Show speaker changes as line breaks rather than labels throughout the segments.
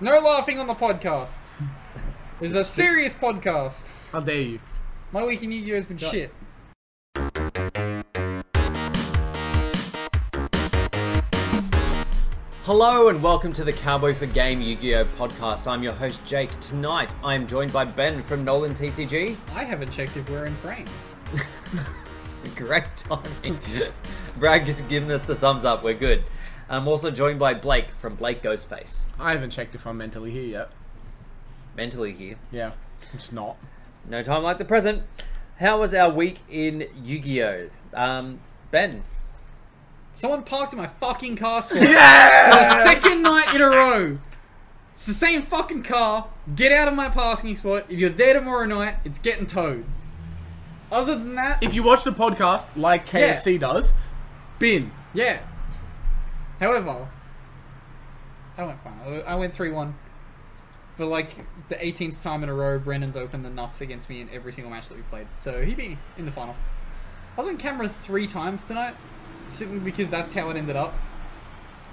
No laughing on the podcast. This is a serious podcast.
How dare you?
My week in New Year has been shit.
Hello and welcome to the Cowboy for Game Yu-Gi-Oh podcast. I'm your host Jake. Tonight I am joined by Ben from Nolan TCG.
I haven't checked if we're in frame.
Great timing. Brad has given us the thumbs up. We're good. I'm also joined by Blake from Blake Ghostface.
I haven't checked if I'm mentally here yet.
Mentally here.
Yeah, it's not.
No time like the present. How was our week in Yu-Gi-Oh? Um, ben.
Someone parked in my fucking car spot. Yeah! The second night in a row. It's the same fucking car. Get out of my parking spot. If you're there tomorrow night, it's getting towed. Other than that,
If you watch the podcast like
Yeah.
KFC does, bin.
yeah. However, I went fine. I went 3 1. For like the 18th time in a row, Brandon's opened the nuts against me in every single match that we played. So he beat me in the final. I was on camera three times tonight, simply because that's how it ended up.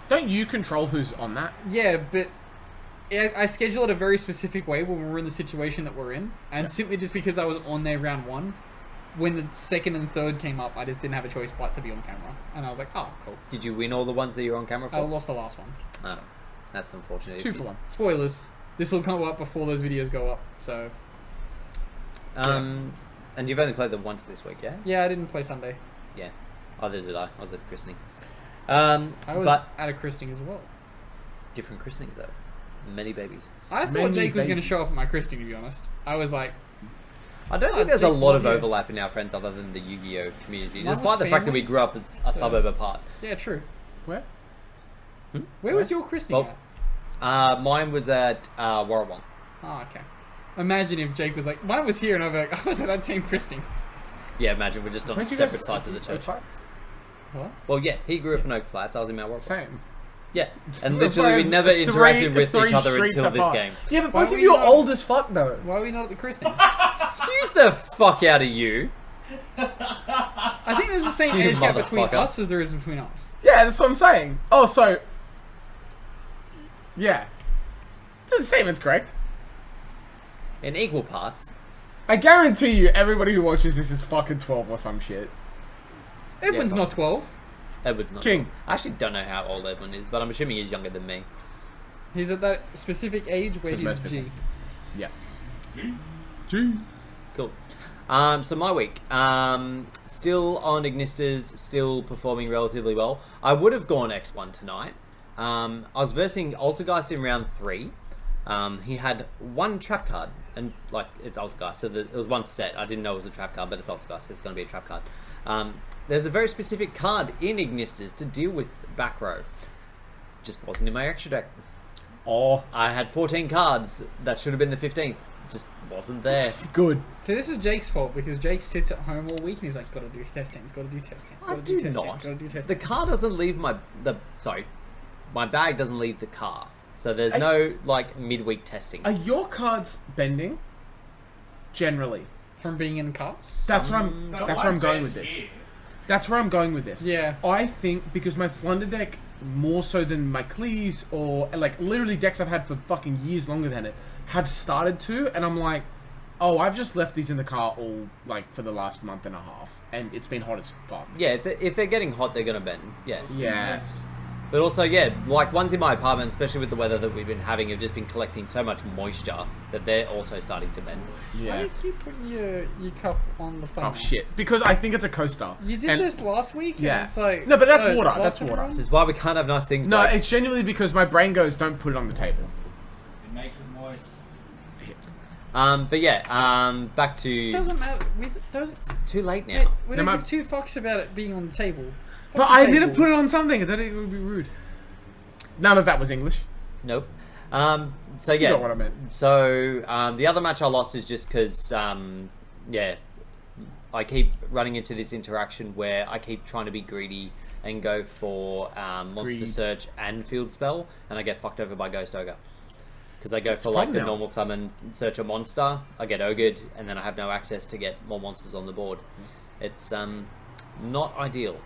Don't you control who's on that?
Yeah, but I I schedule it a very specific way when we're in the situation that we're in, and simply just because I was on there round one, when the second and third came up, I just didn't have a choice but to be on camera, and I was like, oh, cool.
Did you win all the ones that you're on camera for?
I lost the last one.
Oh, that's unfortunate.
Two for one.
Spoilers. This will come up before those videos go up, so
Um, and you've only played them once this week, yeah?
yeah, I didn't play Sunday.
Yeah. Either did I. I was at a christening. Um,
I was
but
at a christening as well.
different christenings though. Many babies.
I thought
Many
Jake was going to
babies.
show up at my christening. To be honest, I was like,
I don't think
Oh,
there's a
Jake's
lot
not
of
here.
overlap in our friends other than the Yu-Gi-Oh community,
Mine was
despite the fact that
family.
we grew up as a suburb apart.
yeah, true. Hmm?
Where?
Where was your christening
Well- Uh, mine was at uh, Warrawong.
at? Oh, okay. Imagine if Jake was like, mine was here, and I was like, I was at that same christening.
Yeah, imagine we're just on
Where'd you
separate
guys-
sides of the
Oak
church.
Flats?
What?
Well, yeah, he grew up in Oak Flats. I was in Mount Warrawong.
Same.
Yeah, and literally we never
Three-
interacted with
three
each other
streets
until this
apart.
game.
Yeah, but
Why
both
were
of
you
you
not-
are old as fuck though.
Why are we not at the christening?
Excuse the fuck out of you.
I think there's the same
You
age gap between
motherfucker.
us as there is between us.
Yeah, that's what I'm saying. Oh, so yeah, so the statement's correct.
In equal parts.
I guarantee you, everybody who watches this is fucking twelve or some shit.
Edwin's
Yeah,
not 12.
Edward's not.
King.
I actually don't know how old Edwin is, but I'm assuming he's younger than me.
He's at that specific age where
Said
he's
most
G.
people. Yeah. Gee.
Cool. Um, so my week, um, still on Ignisters, still performing relatively well. I would have gone X1 tonight. Um, I was versing Altergeist in round three. Um, he had one trap card, and like it's Altergeist, so the, it was one set. I didn't know it was a trap card, but it's Altergeist, so it's going to be a trap card. Um, there's a very specific card in Ignisters to deal with back row. Just wasn't in my extra deck.
Oh,
I had 14 cards that should have been the 15th. Just wasn't there.
good.
So this is Jake's fault because Jake sits at home all week and he's like, gotta do testings, gotta do testings,
I
gotta
do
testings,
not.
gotta do
The
testings.
car doesn't leave my the sorry, my bag doesn't leave the car, so there's no like midweek testing.
Are your cards bending? Generally,
From being in cars?
that's where I'm. That's where I'm going with this. That's where I'm going with this.
Mm. Yeah.
I think because my Flunder deck, more so than my Cleese or like literally decks I've had for fucking years longer than it, have started to, and I'm like, oh, I've just left these in the car all like for the last month and a half, and it's been hot as fuck.
yeah, if they're, if they're getting hot, they're gonna bend. Yeah,
Yeah.
but also yeah, like ones in my apartment, especially with the weather that we've been having, have just been collecting so much moisture that they're also starting to bend.
Why do you keep putting your, your cup on the phone?
Oh shit! Because I think it's a coaster.
You did
And-
this last week? and
Yeah.
It's like,
No, but that's
oh,
water,
last
that's
time
water.
around?
This is why we can't have nice things.
No,
Blake.
it's genuinely because my brain goes, don't put it on the table.
It makes it moist.
um, but yeah, um, back to
It doesn't matter. We, doesn't,
too late
we,
now.
we
No,
don't
my- Hmm.
give two fucks about it being on the table. Fuck
But
the
I need to
table.
put it on something. That it would be rude. None of that was English.
Nope. Um, so yeah.
You know what I meant.
So um, the other match I lost is just because, um, yeah, I keep running into this interaction where I keep trying to be greedy and go for um, monster
Greed.
search and field spell, and I get fucked over by ghost ogre. Because I go for
a
like the
problem now.
normal summon, search a monster, I get ogred, and then I have no access to get more monsters on the board. It's um, not ideal.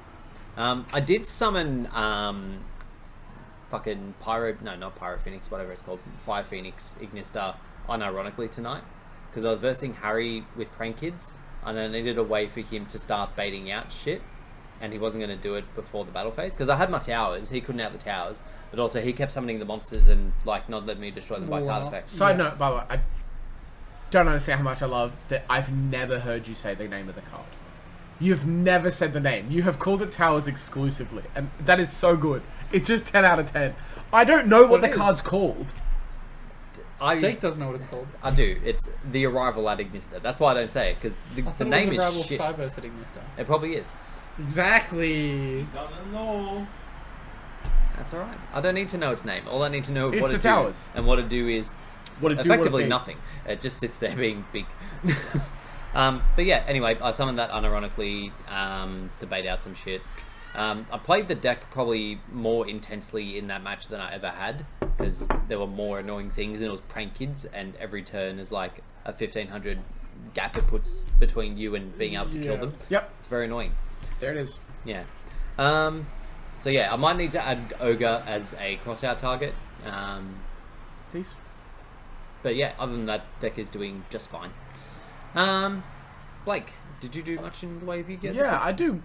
Um, I did summon um, fucking pyro no not pyro phoenix whatever it's called fire phoenix ignister unironically tonight because i was versing harry with prank kids and i needed a way for him to start baiting out shit and he wasn't going to do it before the battle phase because i had my towers he couldn't out the towers but also he kept summoning the monsters and like not letting me destroy them by
Wow.
card effects
Side note, by the way, I don't understand how much I love that I've never heard you say the name of the card. You've never said the name. You have called it Towers exclusively, and that is so good. It's just 10 out of 10. I don't know what
It
the
is.
card's called.
I,
Jake doesn't know what it's called.
I do it's the arrival at ignister that's why i don't say it because the,
I
the
thought
name
it was Arrival
is shit
Cyber sitting this time.
it probably is
Exactly.
Doesn't know.
that's all right i don't need to know its name all i need to know
It's
what
a
it
towers.
do and what it do is
What it do, what it
effectively
be.
nothing. It just sits there being big. um, but yeah, anyway, I summoned that unironically um, to bait out some shit. Um, I played the deck probably more intensely in that match than I ever had because there were more annoying things and it was prank kids and every turn is like a 1500 gap it puts between you and being able to kill
Yeah.
them.
Yep,
It's very annoying.
there it is.
Yeah. Um, so yeah, I might need to add Ogre as a cross out target. Um,
These.
but yeah, other than that, deck is doing just fine. Um, Blake, did you do much in the way of Yu-Gi-Oh? this
Yeah,
week?
I do.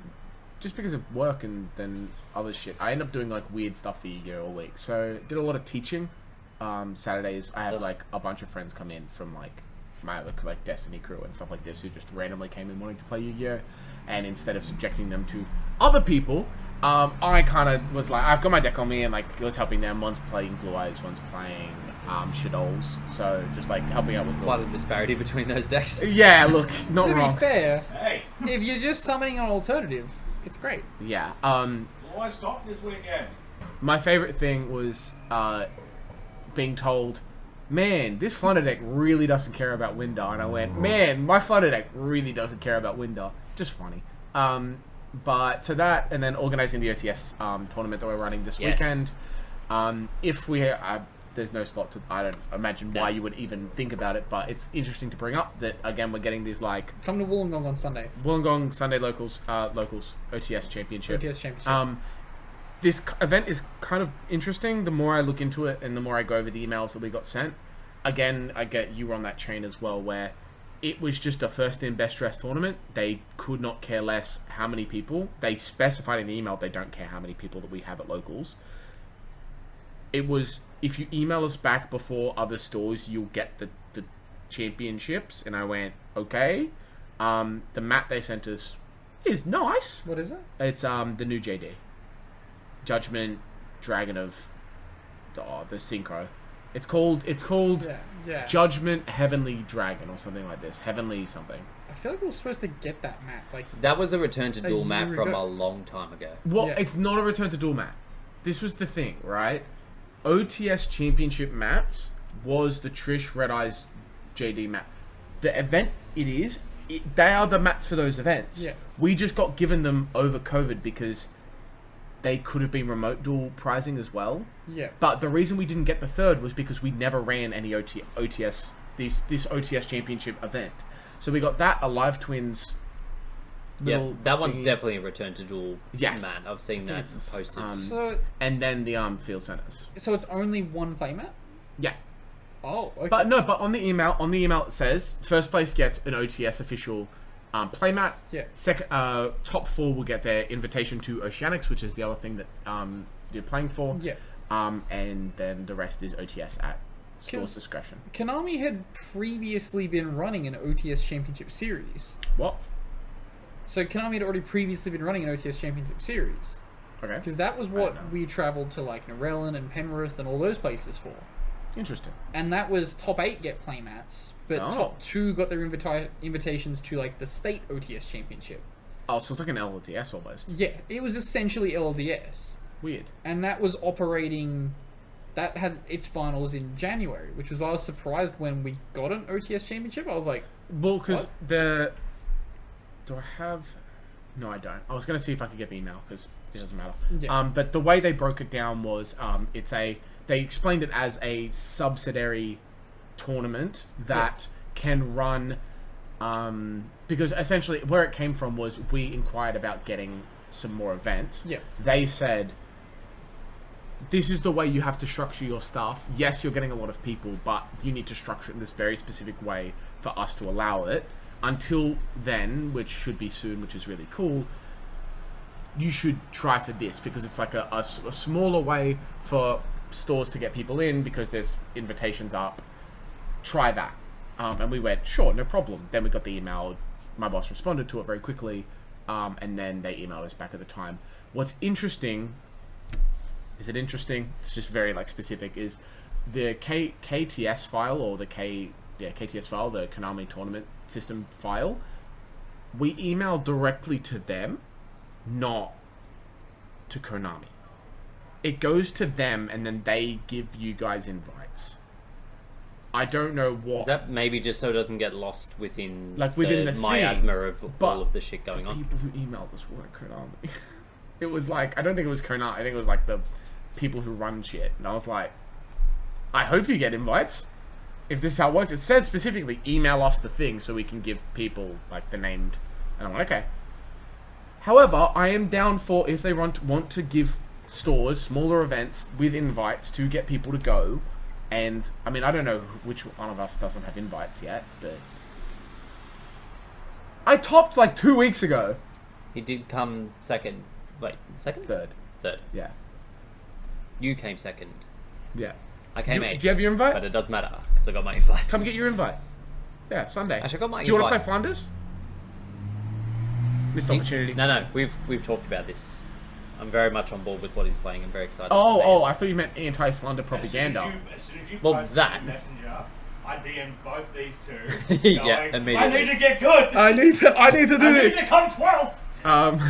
Just because of work and then other shit, I end up doing like weird stuff for Yu-Gi-Oh all week. So did a lot of teaching. Um, Saturdays I had
Ugh.
like a bunch of friends come in from like my other like Destiny crew and stuff like this who just randomly came in wanting to play Yu-Gi-Oh, and instead of subjecting them to other people, um, I kind of was like, I've got my deck on me and like was helping them. One's playing Blue Eyes, one's playing um, Shadows. So just like helping out with
quite a disparity between those decks.
yeah, look, not
To
wrong.
be fair,
Hey,
if you're just summoning an alternative, it's great.
Yeah. Um,
why stop this weekend?
My favorite thing was uh, being told, "Man, this flutter deck really doesn't care about Winder," and I went, "Man, my flutter deck really doesn't care about Winder." Just funny. Um, but to that, and then organizing the OTS um, tournament that we're running this
Yes.
weekend. Um, if we, uh, there's no slot to. I don't imagine why you would even think about it, but it's interesting to bring up that again we're getting these like
Come to Wollongong on Sunday.
Wollongong Sunday locals, uh, locals OTS championship.
OTS championship.
Um, this c- event is kind of interesting. The more I look into it, and the more I go over the emails that we got sent. Again, I get you were on that chain as well, where it was just a first in best dress tournament. They could not care less how many people. They specified in the email they don't care how many people that we have at locals it was if you email us back before other stores you'll get the, the championships and i went okay um, the map they sent us is nice
What is it?
it's um, the new jd judgment dragon of oh, the synchro it's called it's called
Yeah, yeah.
judgment heavenly dragon or something like this heavenly something
I feel like we were supposed to get that map. Like,
That was a return to dual map
year
from
ago.
a long time ago.
Well,
Yeah.
it's not a return to dual map. This was the thing, right? OTS Championship mats was the Trish Red Eyes JD map. The event it is, it, they are the mats for those events.
Yeah.
We just got given them over COVID because they could have been remote dual prizing as well.
yeah.
But the reason we didn't get the third was because we never ran any OT- OTS this this OTS championship event. So we got that a live twins.
Yeah,
little
that one's
thingy.
definitely a return to dual
Yes.
man. I've seen that posted.
um,
so,
and then the um field centers.
so it's only one play map.
Yeah.
Oh, okay.
But no, but on the email, on the email it says first place gets an OTS official um, playmat.
Yeah.
Second, uh, top four will get their invitation to Oceanics, which is the other thing that um you're playing for.
Yeah.
Um, and then the rest is OTS at store's
'Cause-
discretion.
Konami had previously been running an OTS Championship Series.
What?
So Konami had already previously been running an OTS Championship Series.
Okay.
Because that was
know.
what we travelled to, like, Norellan and Penrith and all those places for.
Interesting.
And that was top eight get playmats, but
Oh.
top two got their invita- invitations to, like, the state OTS Championship.
Oh, so it's like an LOTS almost.
Yeah, it was essentially LDS.
Weird.
and that was operating. That had its finals in January, which was why I was surprised when we got an OTS championship. I was like,
Well, because
What?
the do I have? No, I don't. I was gonna see if I could get the email because it doesn't matter.
Yeah.
Um, but the way they broke it down was, um, it's a they explained it as a subsidiary tournament that can run, um, because essentially where it came from was we inquired about getting some more events.
Yeah.
They said. This is the way you have to structure your stuff. Yes, you're getting a lot of people, but you need to structure it in this very specific way for us to allow it. Until then, which should be soon, which is really cool, you should try for this because it's like a, a s- a smaller way for stores to get people in because there's invitations up. Try that. Um, and we went, sure, no problem. Then we got the email. My boss responded to it very quickly. Um, and then they emailed us back at the time. What's interesting is it interesting? It's just very like specific. Is the K- KTS file or the K yeah KTS file, the Konami Tournament System file? We email directly to them, not to Konami. It goes to them, and then they give you guys invites. I don't know what.
Is that maybe just so it doesn't get lost within
Like, within the thing,
miasma of
but
all of the shit going on?
people who emailed us weren't Konami. it was like I don't think it was Konami. I think it was like the people who run shit. And I was like, I hope you get invites. If this is how it works, it said specifically email us the thing so we can give people like the named. And I'm like, okay. However, I am down for if they want want to give stores smaller events with invites to get people to go. And I mean, I don't know which one of us doesn't have invites yet, but I topped like two weeks ago.
He did come second. Wait, second?
Third.
Third.
Yeah.
You came second.
Yeah.
I came eighth.
Do you have your
But
invite?
it does matter because I got my invite.
Come get your invite. Yeah, Sunday.
Actually, I got my
Do you want to
invite.
play Flanders? Missed opportunity.
No, no, we've we've talked about this. I'm very much on board with what he's playing. I'm very excited. to
Oh,
see
oh,
it.
I thought you meant anti-Flounder
As soon as
propaganda.
you, as soon as you
Well,
posted
that-
in Messenger, I DM'd both these two.
Yeah,
going, I
immediately. Uh,
need to get good.
I need to. I need to do
I need
this.
to come 12th.
Um,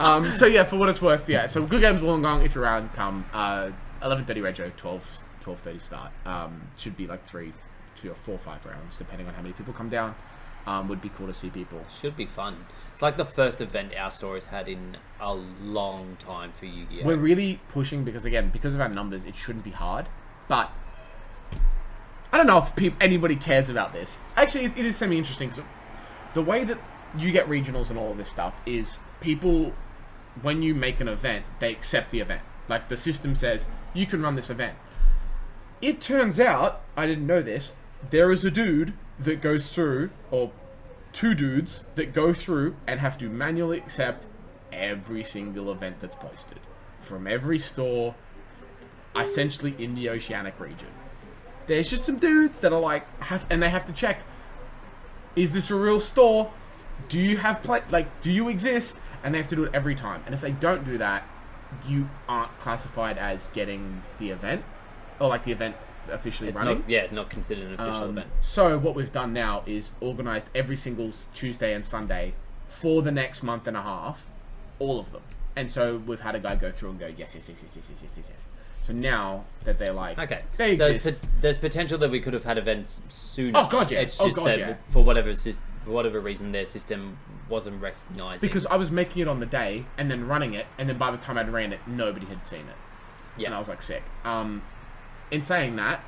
um, so yeah, for what it's worth, yeah. So good games Wollongong. If you're around, come. Uh, 11:30 radio, 12 12:30 start. Um, should be like three, two or four, five rounds, depending on how many people come down. Um, would be cool to see people.
Should be fun. It's like the first event our store's had in a long time for Yu-Gi-Oh.
We're really pushing because again, because of our numbers, it shouldn't be hard. But I don't know if peop anybody cares about this. Actually, it, it is semi-interesting because the way that you get regionals and all of this stuff is people, when you make an event, they accept the event. Like the system says, you can run this event. It turns out, I didn't know this, there is a dude that goes through, or two dudes that go through and have to manually accept every single event that's posted from every store, essentially in the oceanic region. There's just some dudes that are like, have, and they have to check is this a real store? Do you have play like do you exist? And they have to do it every time. And if they don't do that, you aren't classified as getting the event or like the event officially
it's
running.
not, yeah, not considered an official
Um,
event.
So what we've done now is organised every single s- Tuesday and Sunday for the next month and a half, all of them. And so we've had a guy go through and go yes, yes, yes, yes, yes, yes, yes, yes, yes. So now that they're like
Okay,
they
so there's,
exist.
pot- there's potential that we could have had events sooner.
Oh, God, yeah.
It's
Oh,
just
God,
that
yeah.
for whatever sys- for whatever reason their system wasn't recognizing.
because I was making it on the day and then running it, and then by the time I'd ran it, nobody had seen it.
yeah,
and I was like sick. Um, in saying that,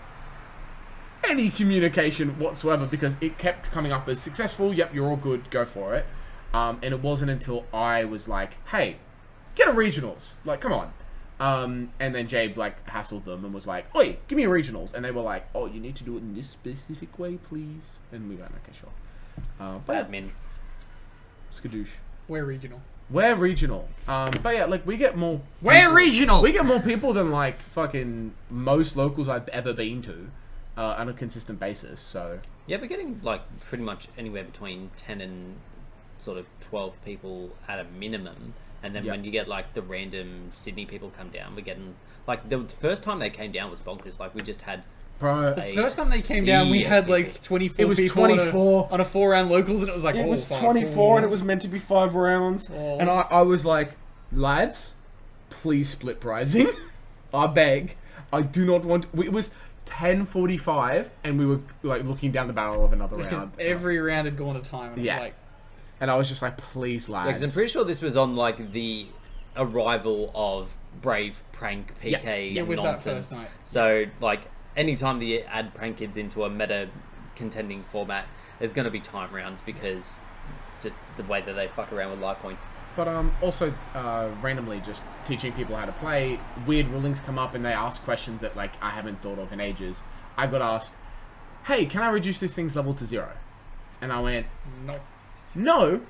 any communication whatsoever because it kept coming up as successful. Yep, you're all good. Go for it. Um, and it wasn't until I was like, hey, get a regionals. Like, come on. Um, and then Jabe like hassled them and was like, oi, give me a regionals. And they were like, oh, you need to do it in this specific way, please. And we went, okay, sure. Uh, but yeah,
admin.
skadoosh.
we're regional.
We're regional. Um, but yeah, like we get more.
We're regional!
We get more people than like fucking most locals I've ever been to, uh, on a consistent basis. So
Yeah, we're getting like pretty much anywhere between ten and sort of twelve people at a minimum, and then
Yeah.
when you get like the random Sydney people come down, we're getting like the first time they came down was bonkers. Like we just had
bro,
a
First time they came down, we
sea of
had
people.
like 24
It was
people on a-
24.
on a, four round locals, and it was like,
it
oh,
was
fuck,
24 and
oh.
it was meant to be five rounds,
Oh.
and I, I was like, lads, please split pricing. I beg. I do not want. It was 10:45, and we were like looking down the barrel of another
Because
round.
every round had gone to time, and
Yeah.
I'm like,
and I was just like, please, lads.
Because I'm pretty sure this was on like the arrival of Brave Prank PK
Yeah,
it was that
nonsense.
first night.
So like anytime that you add prank kids into a meta contending format, there's gonna be time rounds because just the way that they fuck around with life points.
But um, also uh, randomly just teaching people how to play. Weird rulings come up, and they ask questions that like I haven't thought of in ages. I got asked, "Hey, can I reduce this thing's level to zero? And I went,
no.
"No,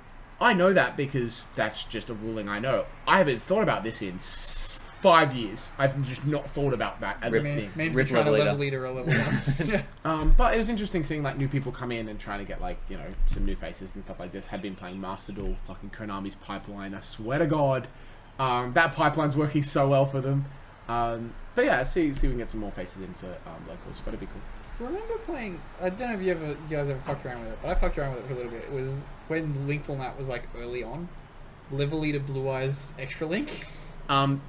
I know that because that's just a ruling I know. I haven't thought about this in s- five years. I've just not thought about that as a
Me,
thing."
me and
Rip
trying to
level
level leader a level one.
Um, but it was interesting seeing like new people come in and trying to get like you know some new faces and stuff like this. Had been playing Master Duel, fucking Konami's pipeline. I swear to God, um, that pipeline's working so well for them. Um, but yeah, see see if we can get some more faces in for um, locals. That'd be cool.
Remember playing? I don't know if you ever, you guys ever fucked around with it, but I fucked around with it for a little bit. It was when link format was like early on. Level leader blue eyes extra link.
Um,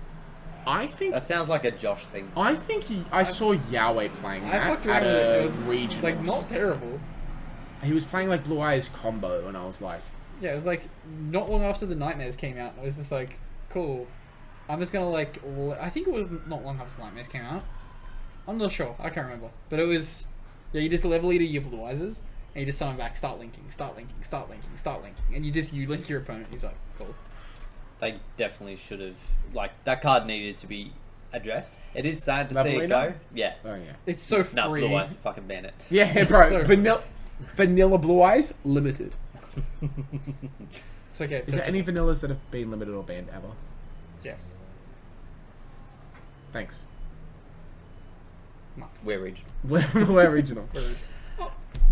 I think
That sounds like a Josh thing.
I think he, I saw Yahweh playing
I
that
fucked around
at
with it. It
a
was
regional.
like not terrible.
he was playing like Blue Eyes combo, and I was like,
Yeah, it was like not long after the nightmares came out. and I was just like, cool. I'm just gonna like. l- I think it was not long after the nightmares came out. I'm not sure. I can't remember. But it was. Yeah, you just level leader your blue eyes, and you just summon back. Start linking. Start linking. Start linking. Start linking. And you just you link your opponent. He's like, cool.
They definitely should have like that card needed to be addressed. It is sad to see
Levelina?
it go. Yeah.
oh yeah,
It's so free.
No, blue eyes fucking ban it.
yeah, bro,
So-
vanilla, vanilla Blue Eyes limited.
It's okay. It's
Is there
okay.
any vanillas that have been limited or banned ever?
Yes.
Thanks.
We're regional.
We're, we're original.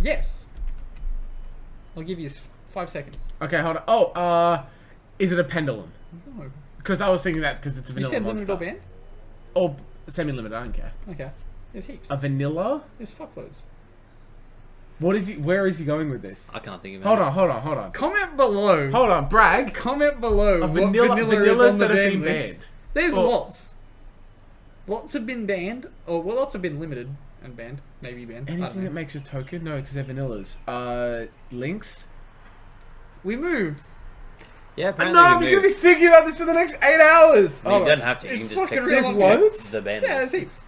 Yes. I'll give you s- five seconds.
Okay, hold on. Oh, uh, is it a pendulum?
No.
Because I was thinking that because it's a
You
vanilla
said
monster.
limited or banned?
Or semi-limited. I don't care.
Okay. There's heaps.
A vanilla?
There's fuckloads.
What is he? Where is he going with this?
I can't think of it.
Hold on, hold on, hold on,
Comment below.
hold on. Bragg.
Comment below
A
what
vanilla-
vanilla,
vanillas
is on the
that have
ban
been
list.
banned.
There's
Well-
lots. Lots have been banned, or well, lots have been limited and banned. Maybe banned. I don't
Anything
know.
that makes a token? No, because they're vanillas. Uh, links.
we moved.
Yeah,
No,
apparently
I'm
we
just gonna be
moved.
thinking about this for the next eight hours.
You
Hold on.
don't have to. You
It's
can just check
fucking
There's
real
loads.
the ban
Yeah,
list.
there's heaps.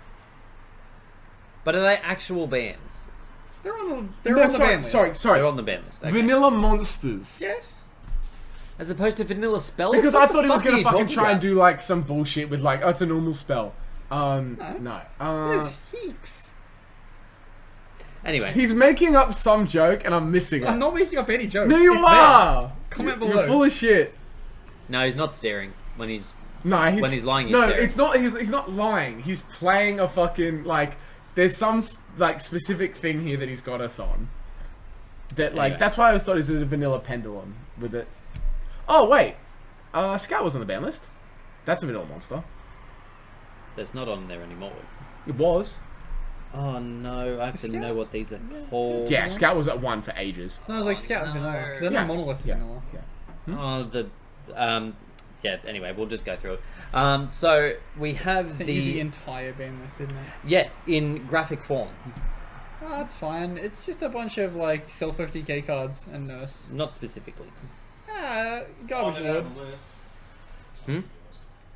But are they actual bans?
They're on the. They're
No,
on the
sorry,
ban list.
sorry, sorry.
They're on the ban list. Okay.
Vanilla monsters.
Yes.
As opposed to vanilla spells?
Because
What
I
the
thought he was
fuck are
gonna
you
fucking
talking
try and
about?
do like some bullshit with like, oh, it's a normal spell. Um, no.
No.
Uh,
There's heaps.
Anyway,
He's making up some joke and I'm missing it.
I'm not making up any jokes.
no, you
It's there.
are.
Comment
You're
below.
full of shit.
no, he's not staring when he's.
No, he's
When he's lying, he's
no,
staring.
it's not. He's, he's not lying. He's playing a fucking like. There's some s- like specific thing here that he's got us on. That like
Anyway.
that's why I always thought is it a vanilla pendulum with it. Oh wait, uh, Scout was on the ban list. That's a vanilla monster.
That's not on there anymore.
It was.
Oh no, I have to
Scout?
know what these are called.
Yeah, Scout was at one for ages.
And I was like, scout and vanilla, because they're
Yeah,
not monolith
yeah.
vanilla.
Yeah.
Oh, the. Um, yeah, anyway, we'll just go through it. Um, so we have
Sent you the
the.
entire ban list, didn't it?
yeah, in graphic form.
Oh, that's fine. It's just a bunch of like self 50k cards and nurse.
Not specifically.
Ah,
On
Uh,
garbage
it out
load.
of the list.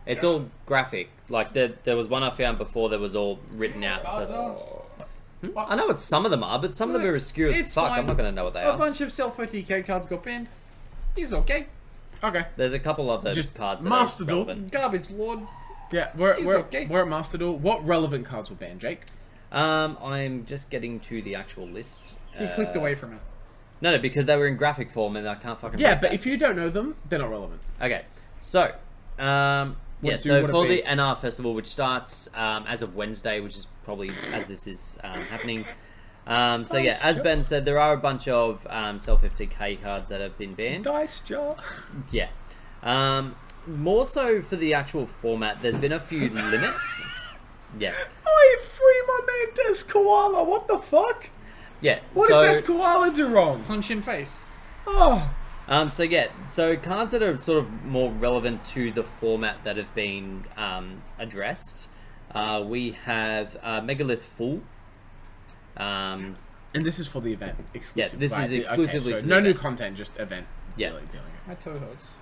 It's all graphic. Like, there, there was one I found before that was all written out. So it's-
Hmm?
I know what some of them are, but some of them are obscure as
It's
fuck.
fine.
I'm not going to know what they
A
are.
bunch of self 50k cards got banned. He's okay.
Okay.
There's a couple other
Just
cards that
Master
are
Duel.
relevant.
Garbage lord.
Yeah, we're
He's
we're,
okay.
we're at Master Duel. What relevant cards were banned, Jake?
Um, I'm just getting to the actual list.
He
Uh,
clicked away from it.
No, no, because they were in graphic form and I can't fucking.
Yeah,
read
but
that.
if you don't know them, they're not relevant.
okay, so um, yeah,
do you
so
wanna
for
be?
the NR festival, which starts um, as of Wednesday, which is probably as this is um, happening. Um, so yeah, as Ben said, there are a bunch of um, self 50k cards that have been banned.
Dice jar.
Yeah, um, more so for the actual format. There's been a few limits. Yeah,
I free my man Des Koala. What the fuck?
yeah.
What
so,
Hmm. did Des Koala do wrong?
Punch in face.
Oh,
Um, so yeah, so cards that are sort of more relevant to the format that have been um, addressed, uh, we have uh, Megalith Fool. Um,
And this is for the event exclusively.
this is exclusively
Okay, so
for the
no new
event.
content, just event.
Yeah.
Really dealing it.
My toe hurts.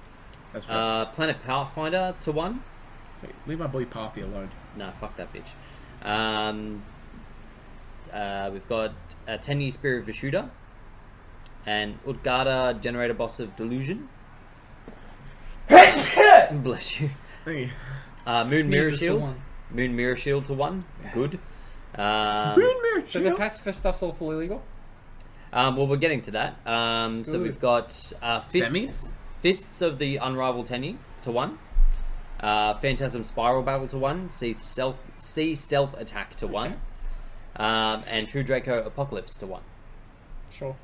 That's fine.
uh, Planet Pathfinder to one.
Wait, leave my boy Pathy alone.
No, fuck that bitch. Um, uh, we've got a 10 year Spirit of Vishuda and Utgada Generator Boss of Delusion. Bless you.
Thank you.
Uh, Moon
Sneezes
Mirror
to
Shield.
one.
Moon Mirror Shield to one. Good. Um,
Moon Mirror
So the
Shield.
pacifist stuff's all full illegal.
um, well, we're getting to that. Um, so
Good.
we've got uh, Fists,
Semis?
Fists of the Unrivaled Tenny to one. Uh, Phantasm Spiral Battle to one. Sea Stealth, sea stealth Attack to one. Um, and True Draco Apocalypse to one.
Sure.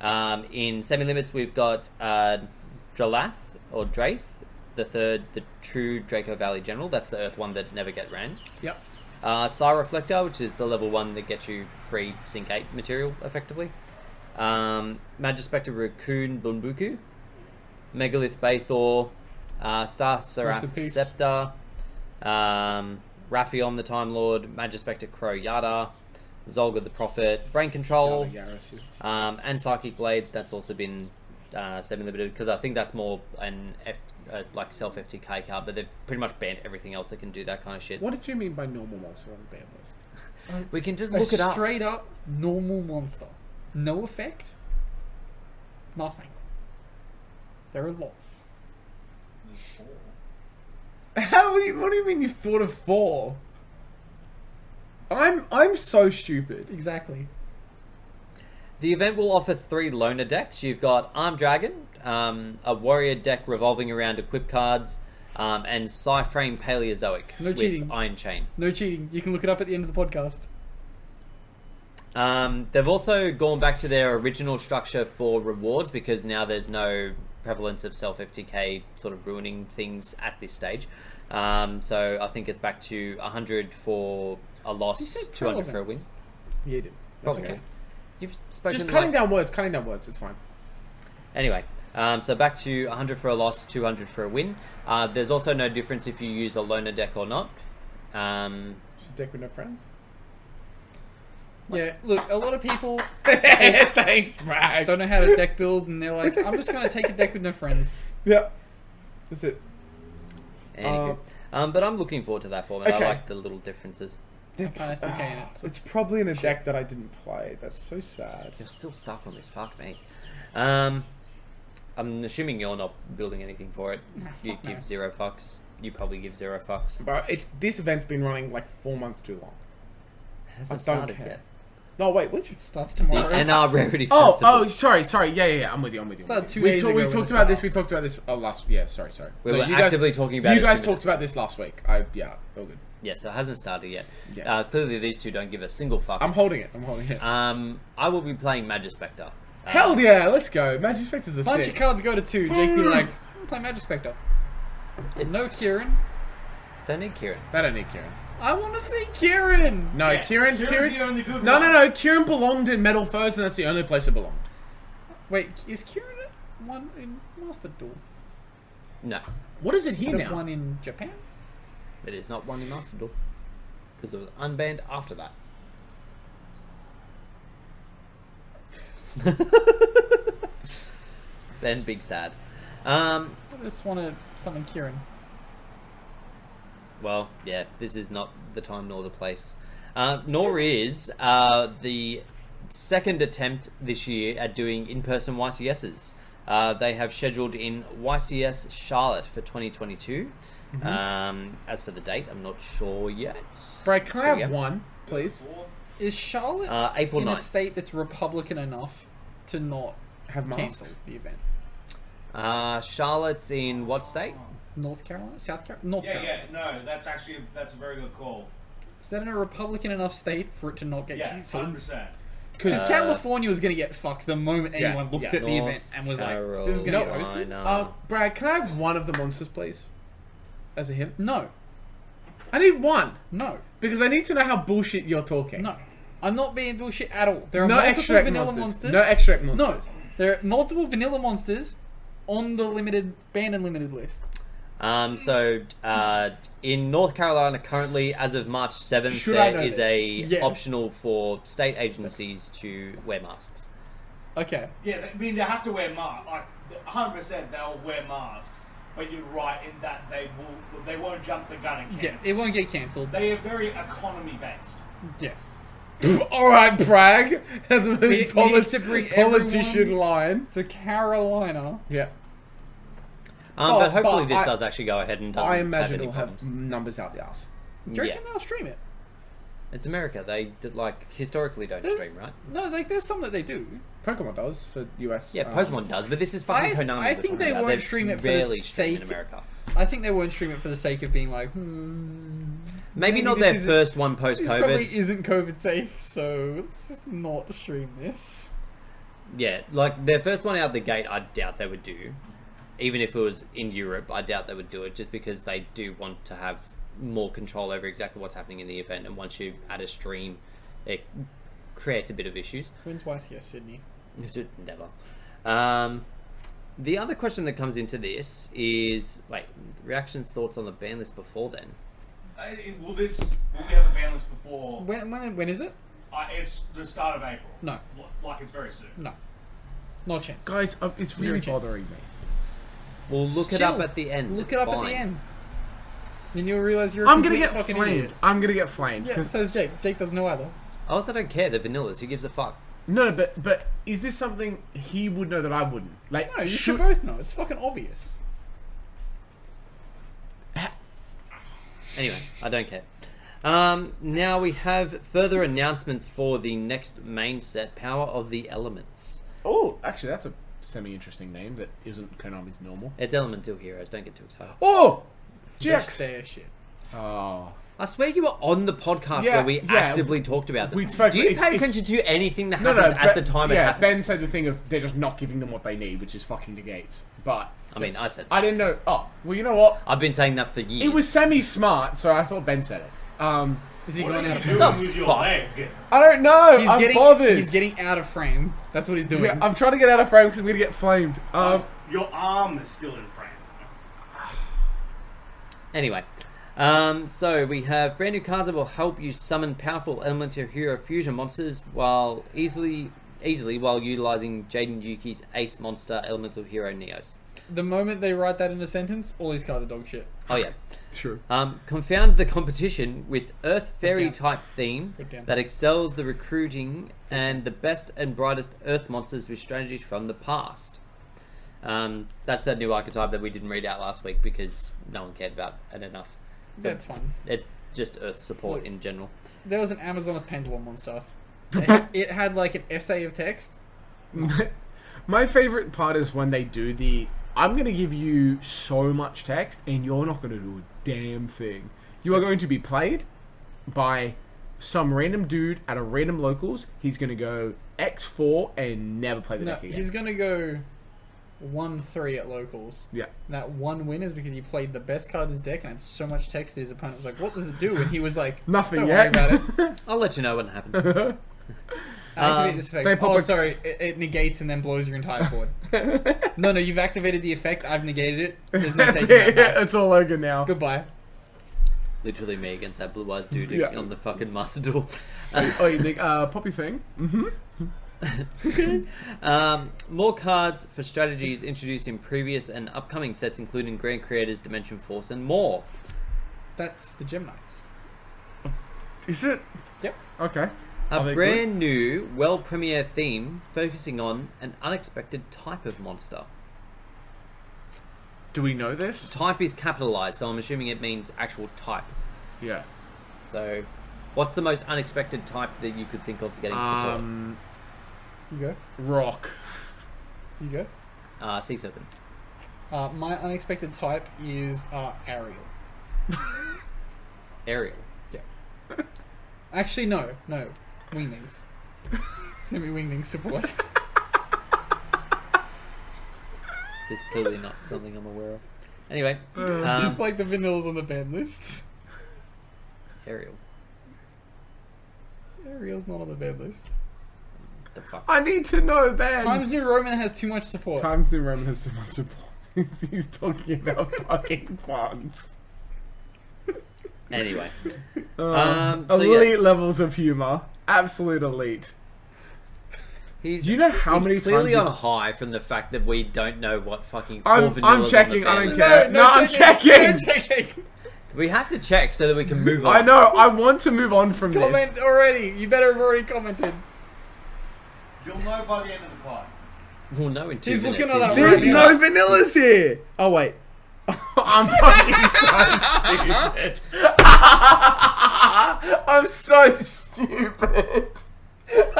Um, in semi limits, we've got uh, Dralath or Draith, the third, the true Draco Valley General. That's the Earth one that never get ran.
Yep.
Uh, Star Reflector, which is the level one that gets you free Sync 8 material, effectively. Um, Magispector Raccoon Bunbuku. Megalith Bathor. Uh, Star
in
Seraph
peace.
Scepter. Um, Raphion the Time Lord. Magispector Crow Yada. Zolga the Prophet. Brain Control.
Oh, Yaris, you-
Um, and Psychic Blade, that's also been uh, semi limited because I think that's more an F, uh, like self FTK card, but they've pretty much banned everything else that can do that kind of shit.
What did you mean by normal monster on the ban list?
We can just
A
look it up.
straight up normal monster. No effect. Nothing. There are lots.
How? What do you, what do you mean you thought of four? I'm I'm so stupid.
Exactly.
The event will offer three loner decks. You've got Arm Dragon, um, a warrior deck revolving around equip cards, um, and Cyframe Paleozoic
No
with
cheating.
Iron Chain.
No cheating. You can look it up at the end of the podcast.
Um, they've also gone back to their original structure for rewards because now there's no prevalence of self FTK sort of ruining things at this stage. Um, so I think it's back to 100 for a loss, 200 for a win. Oh,
Yeah, you did. That's
Okay.
okay.
You've spoken
Just cutting
like-
down words, cutting down words. It's fine.
Anyway, um, so back to 100 for a loss, 200 for a win. Uh, there's also no difference if you use a loner deck or not. Um,
Just a deck with no friends.
Yeah, look, a lot of people
Thanks, Brad.
don't know how to deck build and they're like, I'm just going to take a deck with no friends.
Yeah. That's it.
anywho.
Uh,
um, but I'm looking forward to that format.
okay.
I like the little differences.
Kind of TK in it. So
It's probably in a deck that I didn't play. That's so sad.
You're still stuck on this. Fuck me. Um, I'm assuming you're not building anything for it. You
fuck
give
no.
zero fucks. You probably give zero fucks.
But it, this event's been running like four months too long.
Hasn't
I don't
started
care.
yet.
No, wait, which?
it starts tomorrow.
NR Rarity
Oh,
Festival.
oh, sorry, sorry. Yeah, yeah, yeah. I'm with you. I'm with you.
It's about two
we
days
ta-
ago
we
when
talked
this
about
came
this. We talked about this uh, last. Yeah, sorry, sorry.
We
No,
were
you
actively talking about
You
it two
guys
minutes
talked about this last week. I yeah, all good.
Yeah, so it hasn't started yet.
Yeah.
Uh, clearly, these two don't give a single fuck.
I'm holding it. I'm holding it.
um, I will be playing Magispector. Uh,
Hell yeah, let's go. Magic Spectres are
bunch
sick.
of cards go to two. Jake be like, I'm playing Magispector.
it's-
No Kieran.
Don't need Kieran.
They don't need Kieran.
I want to see Kieran.
No, Kieran.
Kieran's
Kieran.
the only good
no, no,
one.
no. Kieran belonged in Metal First, and that's the only place it belonged.
Wait, is Kieran at one in Master Duel?
No,
What is it here
Is it
now?
one in Japan?
it is not one in Master Duel because it was unbanned after that. then big sad. Um,
I just want to summon Kieran.
well, yeah, this is not the time nor the place. Uh, nor is uh, the second attempt this year at doing in person YCSs. Uh, they have scheduled in YCS Charlotte for 2022. Um, as for the date, I'm not sure yet.
Brad, can I have
Yeah.
one, please?
Is Charlotte
Uh, April
in a
9th.
state that's Republican enough to not
Have
cancel
masks.
the event?
Uh, Charlotte's in what state?
North Carolina, South Carolina, North
Yeah,
Carolina.
yeah, no, that's actually that's a very good call.
Is that in a Republican enough state for it to not get
Yeah, hundred
canceled?
percent.
Because California was going to get fucked the moment
Yeah,
anyone looked
yeah.
at the
North
event and was like, "This is going to get
Carolina.
roasted."
Uh, Brad, can I have one of the monsters, please? As a hint.
No,
I need one
no,
because I need to know how bullshit you're talking.
no. I'm not being bullshit at all. There are
No
multiple
extract
vanilla
monsters.
monsters.
No extract
No,
monsters.
there are multiple vanilla monsters on the limited banned and limited list?
Um, so uh, in North Carolina currently, as of March seventh,
Should I
there
know
is
this?
a
Yes.
optional for state agencies to wear masks.
Okay.
Yeah, I mean they have to wear masks. Like 100, percent they'll wear masks. But you're right in that they will. They won't jump the gun and
Yeah,
cancel.
it won't get cancelled.
They are very economy based.
Yes.
All right, brag. That's a
need to
politi-
bring
politician
everyone-
line.
To Carolina.
Yeah.
Um,
Oh,
but hopefully
but
this
I-
does actually go ahead and doesn't
I imagine
have any
it'll have
problems.
numbers out the ass.
Do you
Yeah.
reckon they'll stream it?
It's America. They did, like historically don't
There's-
stream, right?
No, like there's some that they do.
Pokemon does for US.
Yeah,
um,
Pokemon does, but this is fucking
Oh. I-
Konami.
I
we're
think
talking
they
about.
won't
They
stream it for the
rarely stream
sake-
in America.
I think they won't stream it for the sake of being like, hmm.
Maybe,
maybe
not
this
their
isn't-
first one post
This
COVID.
probably isn't COVID safe, so let's just not stream this.
Yeah, like their first one out the gate, I doubt they would do. Even if it was in Europe, I doubt they would do it just because they do want to have more control over exactly what's happening in the event. And once you add a stream, it creates a bit of issues.
When's YCS Sydney?
Never. Um, the other question that comes into this is wait, reactions, thoughts on the ban list before then?
Uh, it- will this? Will we have a ban list before?
When, when, when is it?
Uh, it's the start of April.
No.
L- Like it's very soon.
No. Not a chance.
Guys, uh, it's
Zero
really
chance.
bothering me.
We'll look it
Still,
up at the end.
Look
it's
it up at
fine.
the end. Then you'll realize you're. a
I'm gonna
complete
get
fucking
flamed.
Idiot.
I'm gonna get flamed.
Yeah,
'cause-
so is Jake. Jake doesn't know either.
I also don't care. They're vanillas. Who gives a fuck?
No, no, but but is this something he would know that I wouldn't? Like,
No, you should both know. It's fucking obvious.
Anyway, I don't care. Um, now we have further announcements for the next main set, Power of the Elements.
Oh, actually, that's a semi-interesting name that isn't Konami's normal.
It's Elemental Heroes. Don't get too excited.
Oh,
Just
Jax.
say shit.
Oh,
I swear you were on the podcast
Yeah,
where we
yeah,
actively talked about them.
we spoke-
Do you
it's-
pay
it's-
attention to anything that
no,
happens
no.
at
Bre-
the time it
yeah,
happens?
Ben said the thing of they're just not giving them what they need, which is fucking negates. But
I mean, I said
I didn't know. Oh, well, you know what?
I've been saying that for years.
It was semi-smart, so I thought Ben said it. Um,
Is he
What
going
are
out
you
of
doing
The
with your
fuck?
leg?
I don't know.
He's
I'm
getting,
bothered.
He's getting out of frame. That's what he's doing.
Yeah, I'm trying to get out of frame because I'm gonna get flamed. Um,
Your arm is still in frame.
Anyway, um, so we have brand new cards that will help you summon powerful elemental hero fusion monsters while easily easily while utilizing Jaden Yuki's ace monster elemental hero Neos.
the moment they write that in a sentence, all these cards are dog shit.
Oh yeah.
True.
Um, confound the competition with Earth Fairy
damn.
type theme
Good damn.
that excels the recruiting and the best and brightest Earth monsters with strategies from the past. Um, that's that new archetype that we didn't read out last week because no one cared about it enough.
That's fine.
It's just Earth support
Look.
in general.
There was an Amazon's Pendulum monster. It, it had like an essay of text.
My favorite part is when they do the I'm going to give you so much text and you're not going to do a damn thing. You are going to be played by some random dude at a random locals. He's going to go X4 and never play the
No,
deck again.
he's gonna go one three at locals.
yeah.
And that one win is because he played the best card in his deck and had so much text that his opponent was like, "What does it do?" And he was like,
Nothing
Don't
yet.
worry about it.
I'll let you know when it happens.
Activate this effect.
they pop
oh,
a-
sorry. It, it negates and then blows your entire board. no, no, you've activated the effect. I've negated it. There's no
That's
taking that
it.
back.
It's all over now.
Goodbye.
Literally me against that blue eyes dude
Yeah.
on the fucking master duel.
oh, you think, uh, Poppy thing?
Um, more cards for strategies introduced in previous and upcoming sets, including Grand Creators, Dimension Force, and more.
That's the Gem Knights.
Is it?
Yep.
Okay. Are
A
they
brand new world premiere theme focusing on an unexpected type of monster.
good? Do we know this?
Type is capitalized, so I'm assuming it means actual type.
Yeah.
So, what's the most unexpected type that you could think of for getting support?
Um,
You go.
rock.
You go.
uh, sea serpent.
Uh, my unexpected type is uh, Ariel.
Ariel.
Yeah. Actually, no, no, Winglings. It's gonna be Winglings support.
This is clearly not something I'm aware of. Anyway,
Uh,
Just
um,
like the vanillas on the ban list.
Ariel.
Ariel's not on the ban list.
the fuck?
I need to know, Ben.
Times New Roman has too much support.
Times New Roman has too much support. He's talking about fucking plants.
Anyway,
Uh,
Um, so yeah.
elite levels of humor. Absolute elite.
he's
Do you know how
he's
many
clearly
times
on
you-
a high from the fact that we don't know what fucking. four
I'm,
vanillas on
I'm
the
checking. I
band
don't
is.
care. No, I'm checking.
No checking.
We have to check so that we can move on.
I know. I want to move on from this.
Comment already. You better have already commented.
You'll know by the end of the pod.
We'll know in two
He's
minutes.
looking at that
There's
Right
no
now.
vanillas here. Oh wait. I'm fucking so stupid. I'm so stupid.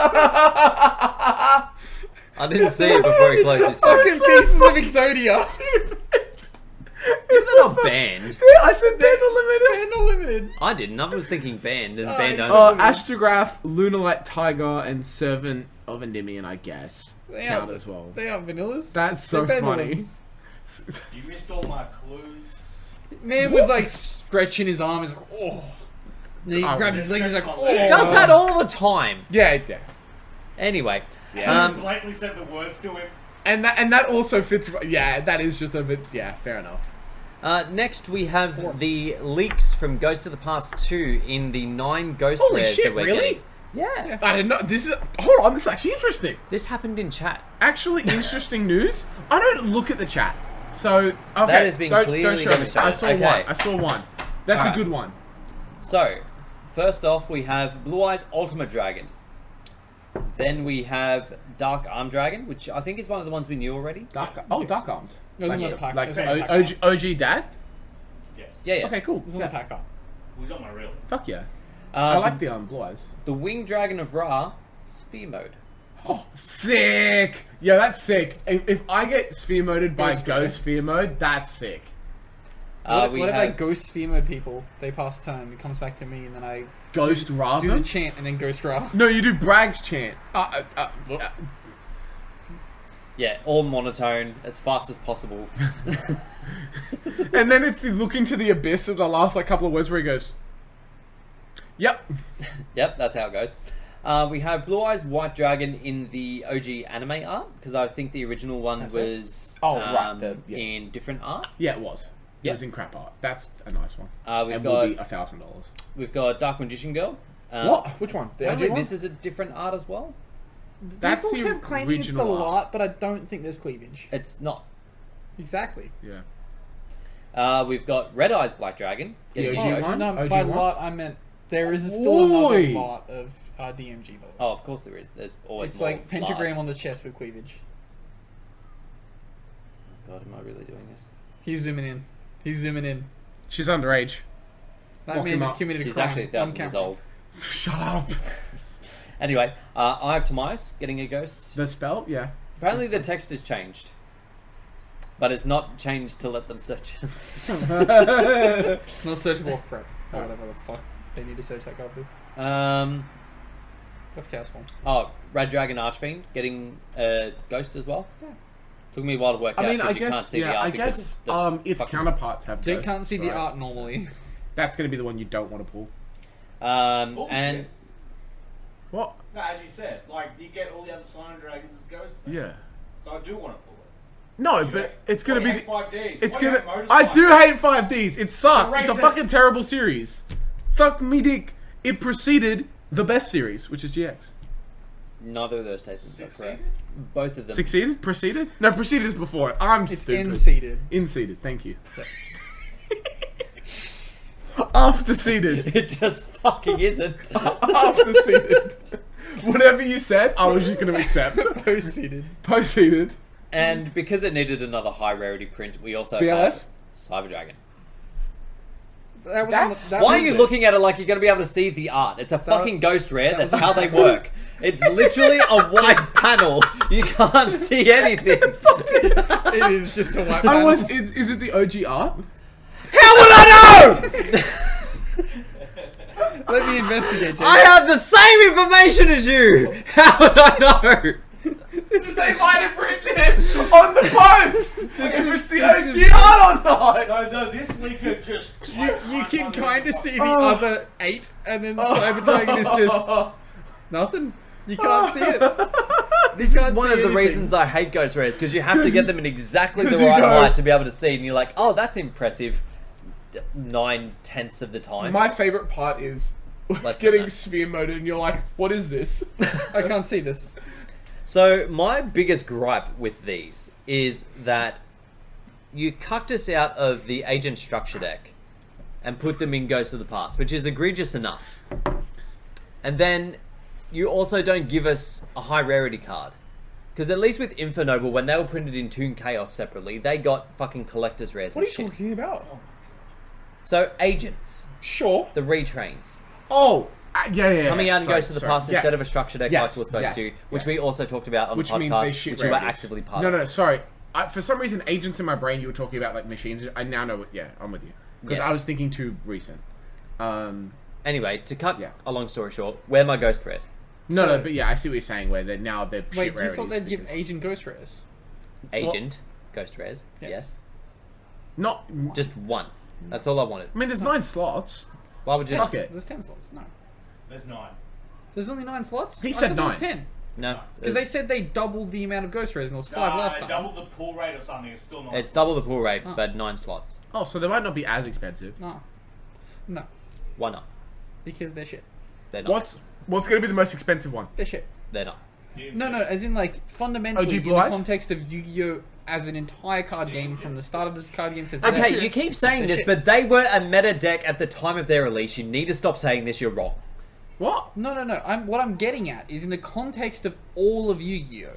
I didn't see it before he closed his
Fucking
face.
pieces of Exodia.
They're not banned.
I said they're unlimited.
And unlimited.
I didn't. I was thinking banned and
it's-
banned only.
Uh, Astrograph, Lunalite Tiger, and Servant of Endymion, I guess.
They
count
are,
as well.
They are vanillas.
That's so
They're
funny.
vanillas.
You missed all my clues.
Man was like stretching his arm. He's like, oh. And he
Oh,
grabs his leg. He's like, oh.
It
Does that all the time.
yeah, yeah.
Anyway,
you
um,
blatantly said the words to him.
And that, and that also fits. Yeah, that is just a bit. Yeah, fair enough.
uh, next we have the leaks from Ghost of the Past 2 in the nine ghost
Holy
wares
shit,
that we're
really?
getting. Yeah.
I didn't know. This is. Hold on, this is actually interesting.
This happened in chat.
Actually, interesting news. I don't look at the chat. So. Okay,
That has been
don't, don't
clearly
show me. I
demonstrated.
saw
Okay.
one. I saw one. That's
Alright.
a good one.
So, first off, we have Blue Eyes Ultima Dragon. Then we have Dark Arm Dragon, which I think is one of the ones we knew already.
Dark, oh, dark armed.
It was another
yeah,
pack. it
Like
was another
O-
pack.
OG, OG dad.
Yes.
Yeah, yeah.
Okay, cool.
It was on the pack up.
Who's on my reel?
Fuck yeah.
Uh,
I like the um, blue eyes.
the Winged Dragon of Ra, Sphere Mode.
Oh, sick. Yeah, that's sick. If, if I get sphere moded by
Ghost
ghost sphere mode, that's sick.
Uh,
what
we
what if I
have
ghost sphere mode people? They pass time. It comes back to me, and then I
Ghost rather.
do the chant, and then ghost ra.
no, you do Bragg's chant. Uh, uh, uh, uh,
yeah, all monotone as fast as possible.
and then it's the looking to the abyss of the last like couple of words where he goes, "Yep,
Yep, that's how it goes. Uh, we have Blue Eyes White Dragon in the OG anime art because I think the original one was um,
Oh, right, the- yeah.
in different art.
yeah, it was. It
Yeah.
was in crap art. That's a nice one.
Uh, we've
and
got-
will be a thousand dollars.
We've got Dark Magician Girl. Um,
What? Which one? The
Apparently,
OG one?
this is a different art as well.
That's
people
the
kept claiming it's the
original art.
lot, but I don't think there's cleavage.
It's not.
Exactly.
yeah.
Uh, we've got Red Eyes Black Dragon.
The
Getting
OG
close.
one?
Oh, No,
OG
by
one?
lot I meant there is still another
Oi.
lot of uh, DMG below.
Oh, of course there is. There's always
it's
more
like pentagram
lies.
on the chest with cleavage.
God, am I really doing this?
He's zooming in. He's zooming in.
She's underage.
That
Lock
man
him
just
up.
committed a
She's
crime.
actually a
on
thousand years
camera.
old.
Shut up.
Anyway, uh, Eye of Timaeus getting a ghost.
The spell, Oh, yeah.
Apparently the text has changed, but it's not changed to let them search. it.
Not search walk prep. Or whatever the fuck they need to search that guy with.
um,
That's chaos form.
oh, Red Dragon Archfiend getting a ghost as well. Yeah. Took me a while to work
I
out
mean, I
because you can't
guess,
see the
yeah,
art
I
because
guess
the
um, its
fucking-
counterparts have.
Jake
ghosts,
can't see the
right?
art normally.
That's going to be the one you don't want to pull.
Um,
Oh,
Bullshit.
and
What?
No, as you said, like you get all the other Slime Dragons as ghosts. then.
Yeah.
So I do want to pull it.
No,
Should
but
I-
it's going to
Why
be.
do you hate 5Ds?
It's
Why do you
going
hate
to. I do
Motorcycle?
hate five Ds. It sucks. It's a
Racist.
fucking terrible series. Suck me dick. It preceded the best series, which is GX.
neither of those statements are
Succeeded?
correct. Both of them.
Succeeded? Preceded? No, preceded is before it. I'm
It's
stupid.
in-seated.
Inseeded. Thank you. After seeded.
It just fucking isn't.
After seeded. Whatever you said, I was just going to accept.
Post-seated.
Post seeded.
and because it needed another high rarity print, we also
BLS?
have Cyber Dragon.
That was on the,
That's-
that
Why are
was
you
it.
looking at it like you're going to be able to see the art? It's a fucking ghost rare. That's
was-
how they work. It's literally a white panel. You can't see anything.
It is just a white
I
man.
was. Is, is it the OG art?
How will I know?
Let me investigate, Jake.
I have the same information as you. How would I know?
They might have written it on the post. if it's the OG art or not.
No, no, this leaker just.
You, you can kind of see the
Oh.
other eight, and then Cyber Dragon is just nothing. You can't see it.
can't.
This
you
is
can't
one
see
of the
anything.
reasons I hate ghost rays because you have to get them in exactly the
'Cause you
right
go-
light to be able to see, and you're like, oh, that's impressive. Nine tenths of the time.
My favorite part is
Less than
getting
that.
sphere moded, and you're like, "What is this?"
I can't see this.
So my biggest gripe with these is that you cucked us out of the agent structure deck and put them in Ghost of the Past, which is egregious enough. And then you also don't give us a high rarity card. Because at least with Infernoble, when they were printed in Toon Chaos separately, they got fucking collector's rares
what are
and
you
shit.
talking about?
So agents,
Sure.
the retrains,
Oh, uh, yeah, yeah, yeah.
coming out and
Sorry,
goes to the
sorry.
past
Yeah.
instead of a structure deck
Yes,
like we're supposed
yes,
to, which
yes.
we also talked about on
which
the
means they
podcast,
shit
which you were
rarities.
actively part
No,
of.
no, sorry. I, for some reason, agents in my brain, you were talking about like machines. I now know. What, yeah, I'm with you because
Yes.
I was thinking too recent. Um,
Anyway, to cut
Yeah.
a long story short, where my ghost rares?
no,
So-
no, but yeah, I see what you're saying. Where they're now they're shit
Wait, you
rarities
thought they'd give
because-
Agent Ghost Rares?
Agent, ghost rares. Yes.
not. Just,
Just one. That's all I wanted.
I mean, there's nine slots.
Why would you
Fuck it.
There's ten slots. No,
There's nine.
there's only nine slots.
He
I
said
thought there was
nine.
Ten,
No.
because they said they doubled the amount of Ghost Rares, and there was five
Nah,
last time.
Double the pull rate or something. It's still not.
It's double the pull rate, but nine slots.
Oh, so they might not be as expensive.
No, no,
Why not?
because they're shit.
They're not.
What's what's going to be the most expensive one?
They're shit.
They're not.
No, no, as in like fundamentally
OG
in
Blue
the
Eyes?
context of Yu-Gi-Oh as an entire card game from the start of this card game to today.
Okay, you keep saying
They're
this,
shit.
but they were a meta deck at the time of their release. You need to stop saying this. You're wrong.
What?
No, no, no. I'm what I'm getting at is in the context of all of Yu-Gi-Oh,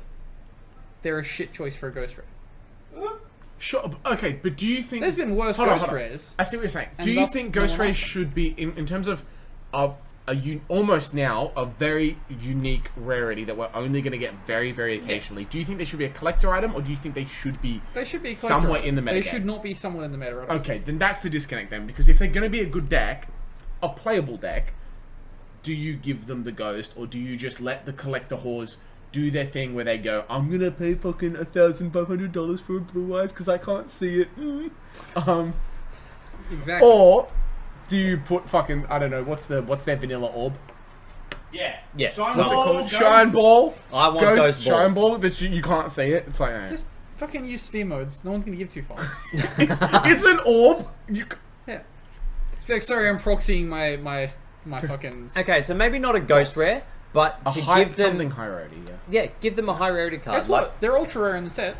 they're a shit choice for a Ghost Rare.
Sure. b- Okay, but do you think
There's been worse
Hold on,
Ghost
hold on.
Rares.
I see what you're saying.
And
Do you
thus
think
no
Ghost
one
Rays
likes them.
should be in, in terms of a, a un, almost now a very unique rarity that we're only going to get very very occasionally? Do you think they should be a collector item, or do you think they should be
They should be a collector
somewhere
item.
in the meta?
They
game?
should not be somewhere in the meta. at all.
Okay, then that's the disconnect then, because if they're going to be a good deck, a playable deck, do you give them the ghost, or do you just let the collector whores do their thing where they go, I'm gonna pay fucking a thousand five hundred dollars for a blue eyes because I can't see it, mm." um,
Exactly.
or do you put fucking I don't know what's the what's their vanilla orb?
Yeah.
Yeah.
Shine
What's it
ball,
called?
ghost.
Shine ball.
Oh, I want
ghost,
ghost
shine
balls.
ball that you, you can't see it. It's like eh.
Just fucking use sphere modes. No one's gonna give two fucks.
it's an orb. You c-
yeah. Just be like, sorry, I'm proxying my my my fucking.
Okay, so maybe not a ghost rare, but
a
to
high,
give them,
something high rarity. Yeah.
yeah, give them a high rarity card.
Guess
like,
what? They're ultra rare in the set.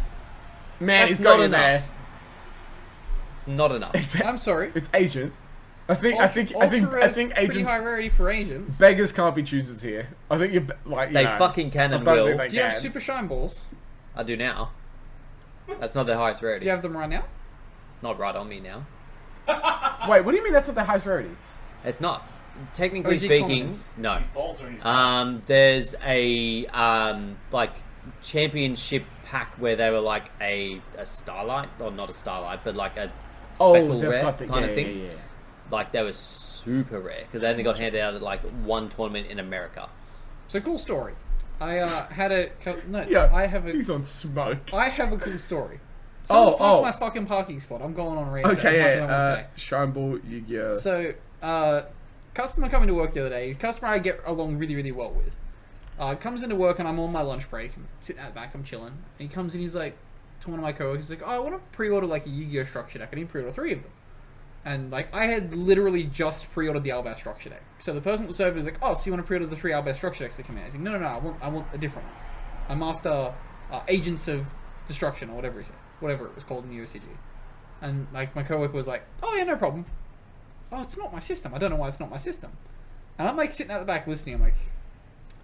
Man,
That's
it's
not
going
enough.
there.
It's not enough.
I'm sorry.
It's agent. I think. I
Ultra-
think. I
ultra
think. I
rare's
think
pretty
agents.
high rarity for agents.
Beggars can't be choosers here. I think you're be- like. You
They
know,
fucking can
I
and
don't
will.
think they
Do you have
can.
super shine balls?
I do now. That's not their highest rarity.
Do you have them right now?
Not right on me now.
Wait, what do you mean that's not the highest rarity?
It's not.
Oh,
Technically
OG
speaking,
Commoners.
no.
Altering.
Ah.
Um, there's a um, like championship pack where they were like a, a starlight, or not a starlight, but like a
Oh,
speckle
they've
rare
got the
kind
yeah,
of
Yeah,
thing.
yeah.
Like they were super rare because they only got handed out at like one tournament in America.
So cool story. I uh, had a co- no.
yeah.
I have a
He's on smoke.
I have a cool story.
Oh,
Someone's parked
oh.
my fucking parking spot. I'm going on rant. as
Okay,
much as I
yeah.
want
Uh,
today.
Shine ball. You yeah.
So, uh, customer coming to work the other day, customer I get along really, really well with, uh, comes into work and I'm on my lunch break, I'm sitting out back, I'm chilling. And he comes in, he's like, to one of my coworkers, he's like, oh, I want to pre order like a Yu Gi Oh structure deck. I need pre order three of them. And like, I had literally just pre ordered the Albat structure deck. So the person at the server is like, oh, so you want to pre order the three Albat structure decks that come out? He's like, no, no, no, I want, I want a different one. I'm after uh, Agents of Destruction or whatever he said, whatever it was called in the OCG. And like, my coworker was like, oh, yeah, no problem oh, it's not my system. I don't know why it's not my system. And I'm like sitting at the back listening. I'm like,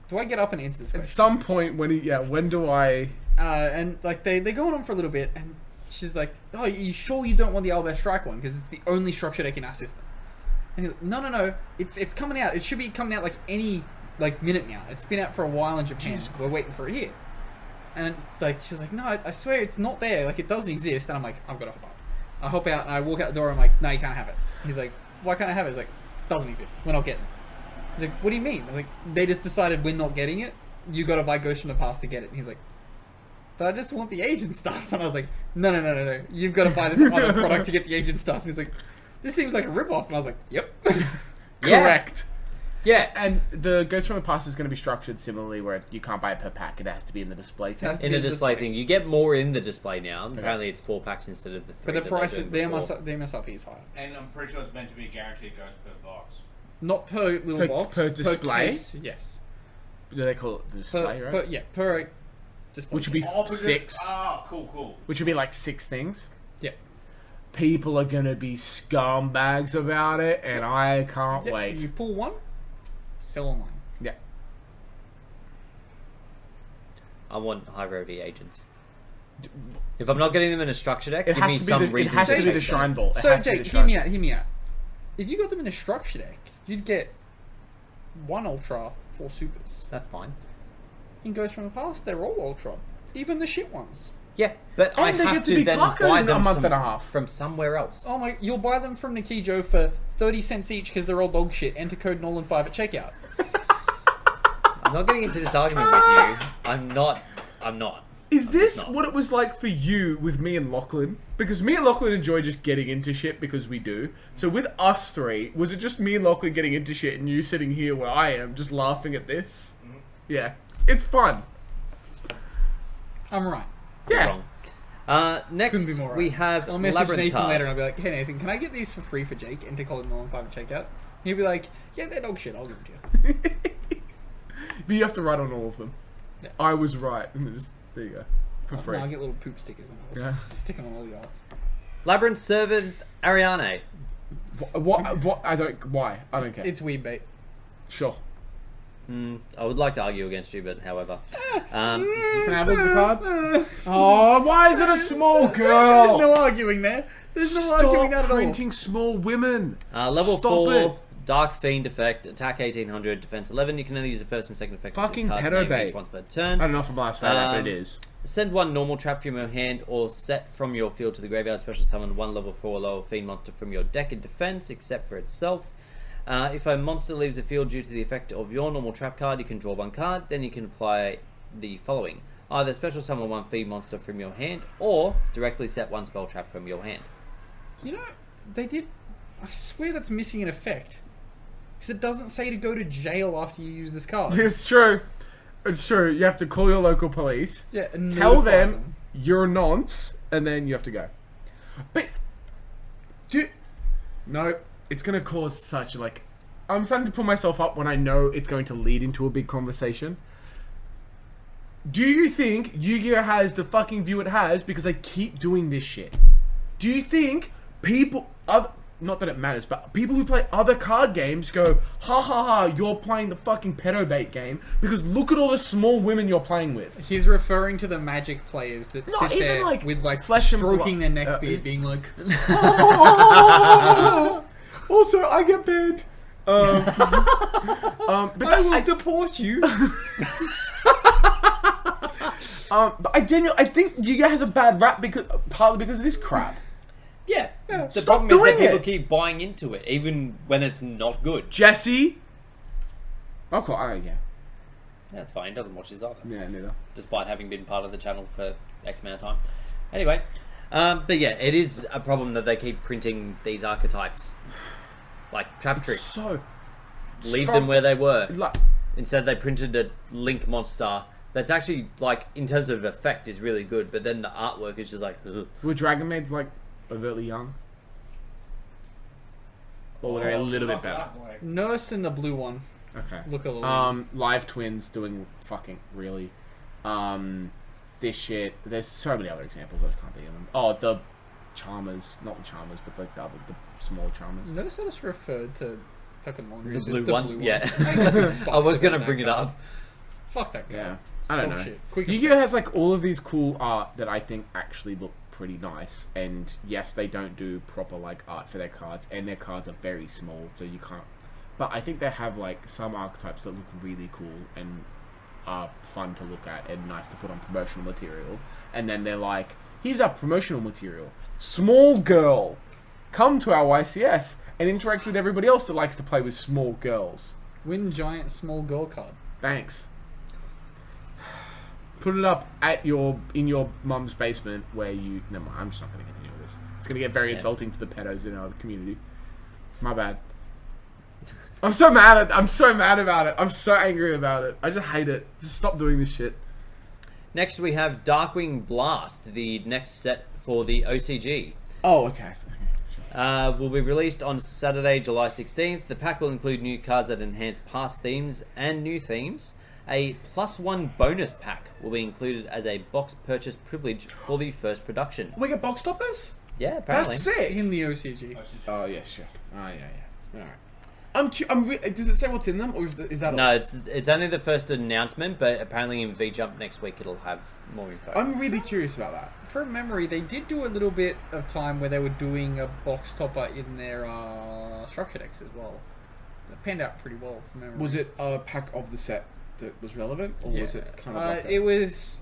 do I get up and answer this
At
question?
some point, when he, yeah, when do I?
Uh, and like they they're going on for a little bit, and she's like, oh, you sure you don't want the Albert Strike one because it's the only structure deck in our system? And he's like, no, no, no, it's it's coming out. It should be coming out like any like minute now. It's been out for a while in Japan. We're waiting for it here. And like she's like, no, I, I swear it's not there. Like it doesn't exist. And I'm like, I've got to hop out. I hop out and I walk out the door. I'm like, no, you can't have it. He's like, why can't I have it? He's like, doesn't exist. We're not getting it. He's like, what do you mean? I was like, they just decided we're not getting it. You got to buy Ghost from the Past to get it. And he's like, but I just want the agent stuff. And I was like, no, no, no, no, no. You've got to buy this other product to get the agent stuff. And he's like, this seems like a ripoff. And I was like, yep.
Yeah.
Correct.
Yeah.
And the Ghost from the Past is going to be structured similarly, where you can't buy it per pack; it has to be in the display thing.
Has to
in
be
a
a
display
display.
thing. You get more in the display now. Apparently, it's four packs instead of the
But
three.
the
that they were
price, the,
doing before.
MSR, the MSRP is higher.
And I'm pretty sure it's meant to be a guarantee it goes per box.
Not per little
Per-
box.
per display?
case, yes.
Do they call it
Per,
the display, right?
per- yeah, per display.
Which would be
Oh, because-
six.
ah,
Oh, cool, cool.
Which would be like six things.
Yeah.
People are going to be scumbags about it, and I can't
yeah.
wait.
You pull one, sell online.
yeah.
I want high rarity agents. If I'm not getting them in a structure deck,
It
give
has
me
to be
some
the, it
reason
has to
take
be the
them.
Shrine Ball. It
So,
has to be
Jake,
the
hear
Shrine
me
Ball.
out, hear me out. If you got them in a structure deck, you'd get one Ultra, four Supers.
That's fine.
In Ghost from the Past, they're all Ultra. Even the shit ones.
Yeah, but I
And they
have
get
to,
to be
then
tacoed
buy
in a
them
month
some-
and a half.
from somewhere else.
Oh my, you'll buy them from Nikijo for 30 cents each because they're all dog shit. Enter code Nolan5 at checkout.
I'm not getting into this argument with you. I'm not. I'm not.
Is this
not.
what it was like for you with me and Lachlan? Because me and Lachlan enjoy just getting into shit because we do. So with us three, was it just me and Lachlan getting into shit and you sitting here where I am just laughing at this? Yeah. It's fun.
I'm right.
Yeah.
Wrong. Uh, next,
Couldn't be more right.
we have
I'll message
Labyrinth
Nathan
Card.
later and I'll be like, hey Nathan, can I get these for free for Jake? Enter code Nolan5 at checkout. He'll be like, yeah, they're dog shit. I'll give them to you.
But you have to write on all of them.
Yeah.
I was right. And then just, there you go. For free.
No, I'll get little poop stickers and I'll
Yeah.
stick them on all the odds.
Labyrinth Servant Ariane.
Wh- what, what? I don't. Why? I don't care.
It's weeb bait.
sure.
I would like to argue against you, but however, um,
Can I have a look at the card?
Oh, why is it a small girl?
There's no arguing there. There's no arguing that
Stop
at all.
printing small women.
uh, level
Stop
four,
it.
Dark Fiend effect, attack eighteen hundred, defense eleven. You can only use the first and second effect. of
Fucking
your card's name
pedobate.
each once per
I
turn.
don't know if I'm allowed to say that, but
Um,
it is.
Send one normal trap from your hand or set from your field to the graveyard. Special summon one level four lower fiend monster from your deck in defense, except for itself. Uh, if a monster leaves the field due to the effect of your normal trap card, you can draw one card. Then you can apply the following: either special summon one fiend monster from your hand, or directly set one spell trap from your hand.
You know, they did. I swear that's missing an effect. Because it doesn't say to go to jail after you use this card.
It's true. It's true. You have to call your local police.
Yeah, and
Tell
notify
them,
them.
you're a nonce, and then you have to go. But do no. It's gonna cause such like. I'm starting to pull myself up when I know it's going to lead into a big conversation. Do you think Yu-Gi-Oh has the fucking view it has because they keep doing this shit? Do you think people other not that it matters, but people who play other card games go, ha ha ha, you're playing the fucking pedobait game because look at all the small women you're playing with.
He's referring to the magic players that
No,
sit
even,
there
like,
with like
flesh and
stroking their
blood.
neck
Uh,
beard, being like,
also, Oh, I get banned. Um, um, but
"I
that,
will
I,
deport you."
um, but I genuinely, I think Yu-Gi-Oh has a bad rap because partly because of this crap.
Yeah. The
Stop
problem is
doing
that people
it.
keep buying into it, even when it's not good.
Jesse. Oh, cool. Oh, yeah.
That's fine. He doesn't watch this either,
Yeah, neither.
despite having been part of the channel for X amount of time. Anyway, um, but yeah, it is a problem that they keep printing these archetypes, like trap tricks.
So,
Leave
stop-
them where they were.
like,
Instead, they printed a Link monster that's actually like, in terms of effect, is really good. But then the artwork is just like, ugh.
were Dragon Maids like overtly young? Or were they a little bit better?
Nurse in the blue one.
Okay.
Look a little.
Um, live twins doing fucking really, um, this shit. There's so many other examples I just can't think of them. Oh, the charmers, not the charmers, but like the other, the small charmers.
Notice that it's referred to fucking laundry. It's just
blue one? Yeah.
I ain't gonna fuck
I was
about
gonna
that
bring it
guy.
up.
Fuck that guy.
Yeah, I don't
dog
know.
shit. Quick and
Yu-Gi-Oh has like all of these cool art that I think actually look pretty nice. And yes, they don't do proper like art for their cards, and their cards are very small, so you can't. But I think they have like some archetypes that look really cool and are fun to look at and nice to put on promotional material. And then they're like, here's our promotional material. Small girl, come to our YCS and interact with everybody else that likes to play with small girls.
Win giant small girl card.
Thanks. Put it up at your in your mum's basement where you. No, I'm just not going to continue with this. It's going to get very insulting to the pedos in our community. My bad. I'm so mad at. I'm so mad about it. I'm so angry about it. I just hate it. Just stop doing this shit.
Next, we have Darkwing Blast, the next set for the OCG.
Oh, okay.
Uh, will be released on Saturday, July 16th. The pack will include new cards that enhance past themes and new themes. A plus one bonus pack will be included as a box purchase privilege for the first production.
We get box toppers.
Yeah, apparently.
That's sick.
In the OCG.
Oh yeah, sure. Oh yeah, yeah. All right. I'm. Cu- I'm. Re- does it say what's in them, or is, that, is that? all?
No, it's it's only the first announcement, but apparently in V Jump next week it'll have more info.
I'm really curious about that.
From memory, they did do a little bit of time where they were doing a box topper in their uh, structure decks as well. It panned out pretty well from memory.
Was it a pack of the set that was relevant, or was it kind of?
Uh,
like a-
it was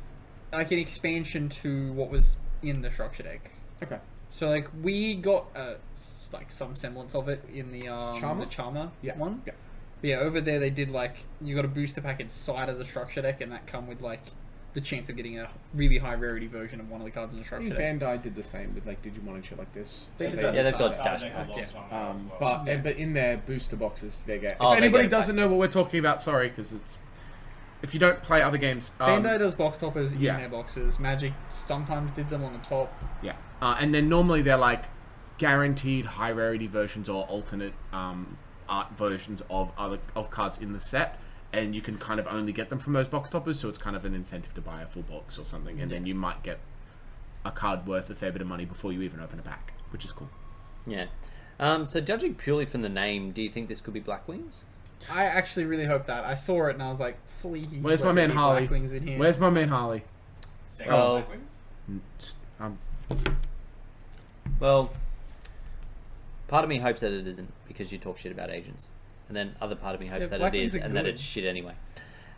like an expansion to what was in the structure deck.
Okay.
So like we got uh, s- like some semblance of it in the um,
Charmer?
the Charmer
Yeah.
one.
Yeah.
But yeah, over there they did like you got a booster pack inside of the structure deck, and that come with like the chance of getting a really high rarity version of one of the cards in the
I
structure
think
deck.
Bandai did the same with like Digimon and shit like this.
They did that.
yeah, they've got
Started
dash
a long
packs.
time ago
Um,
as well.
but but in their booster boxes they get.
Oh,
if
they
anybody
get it back.
doesn't know what we're talking about, sorry, because it's if you don't play other games. Um,
Bandai does box toppers
yeah.
in their boxes. Magic sometimes did them on the top.
Yeah, uh, and then normally they're like guaranteed high rarity versions or alternate um, art versions of other of cards in the set, and you can kind of only get them from those box toppers. So it's kind of an incentive to buy a full box or something, and then you might get a card worth a fair bit of money before you even open a pack, which is cool.
Yeah. Um, so judging purely from the name, do you think this could be Black Wings?
I actually really hope that. I saw it and I was like, please.
Where's
let
my
there
man
be
Harley?
Black Wings in here.
Where's my man Harley?
Sexy
Oh.
um,
Black Wings?
Just, Um,
Well, part of me hopes that it isn't because you talk shit about agents, and then other part of me hopes
Yeah,
that
Black
it is
Wings are
and that
good.
it's shit anyway.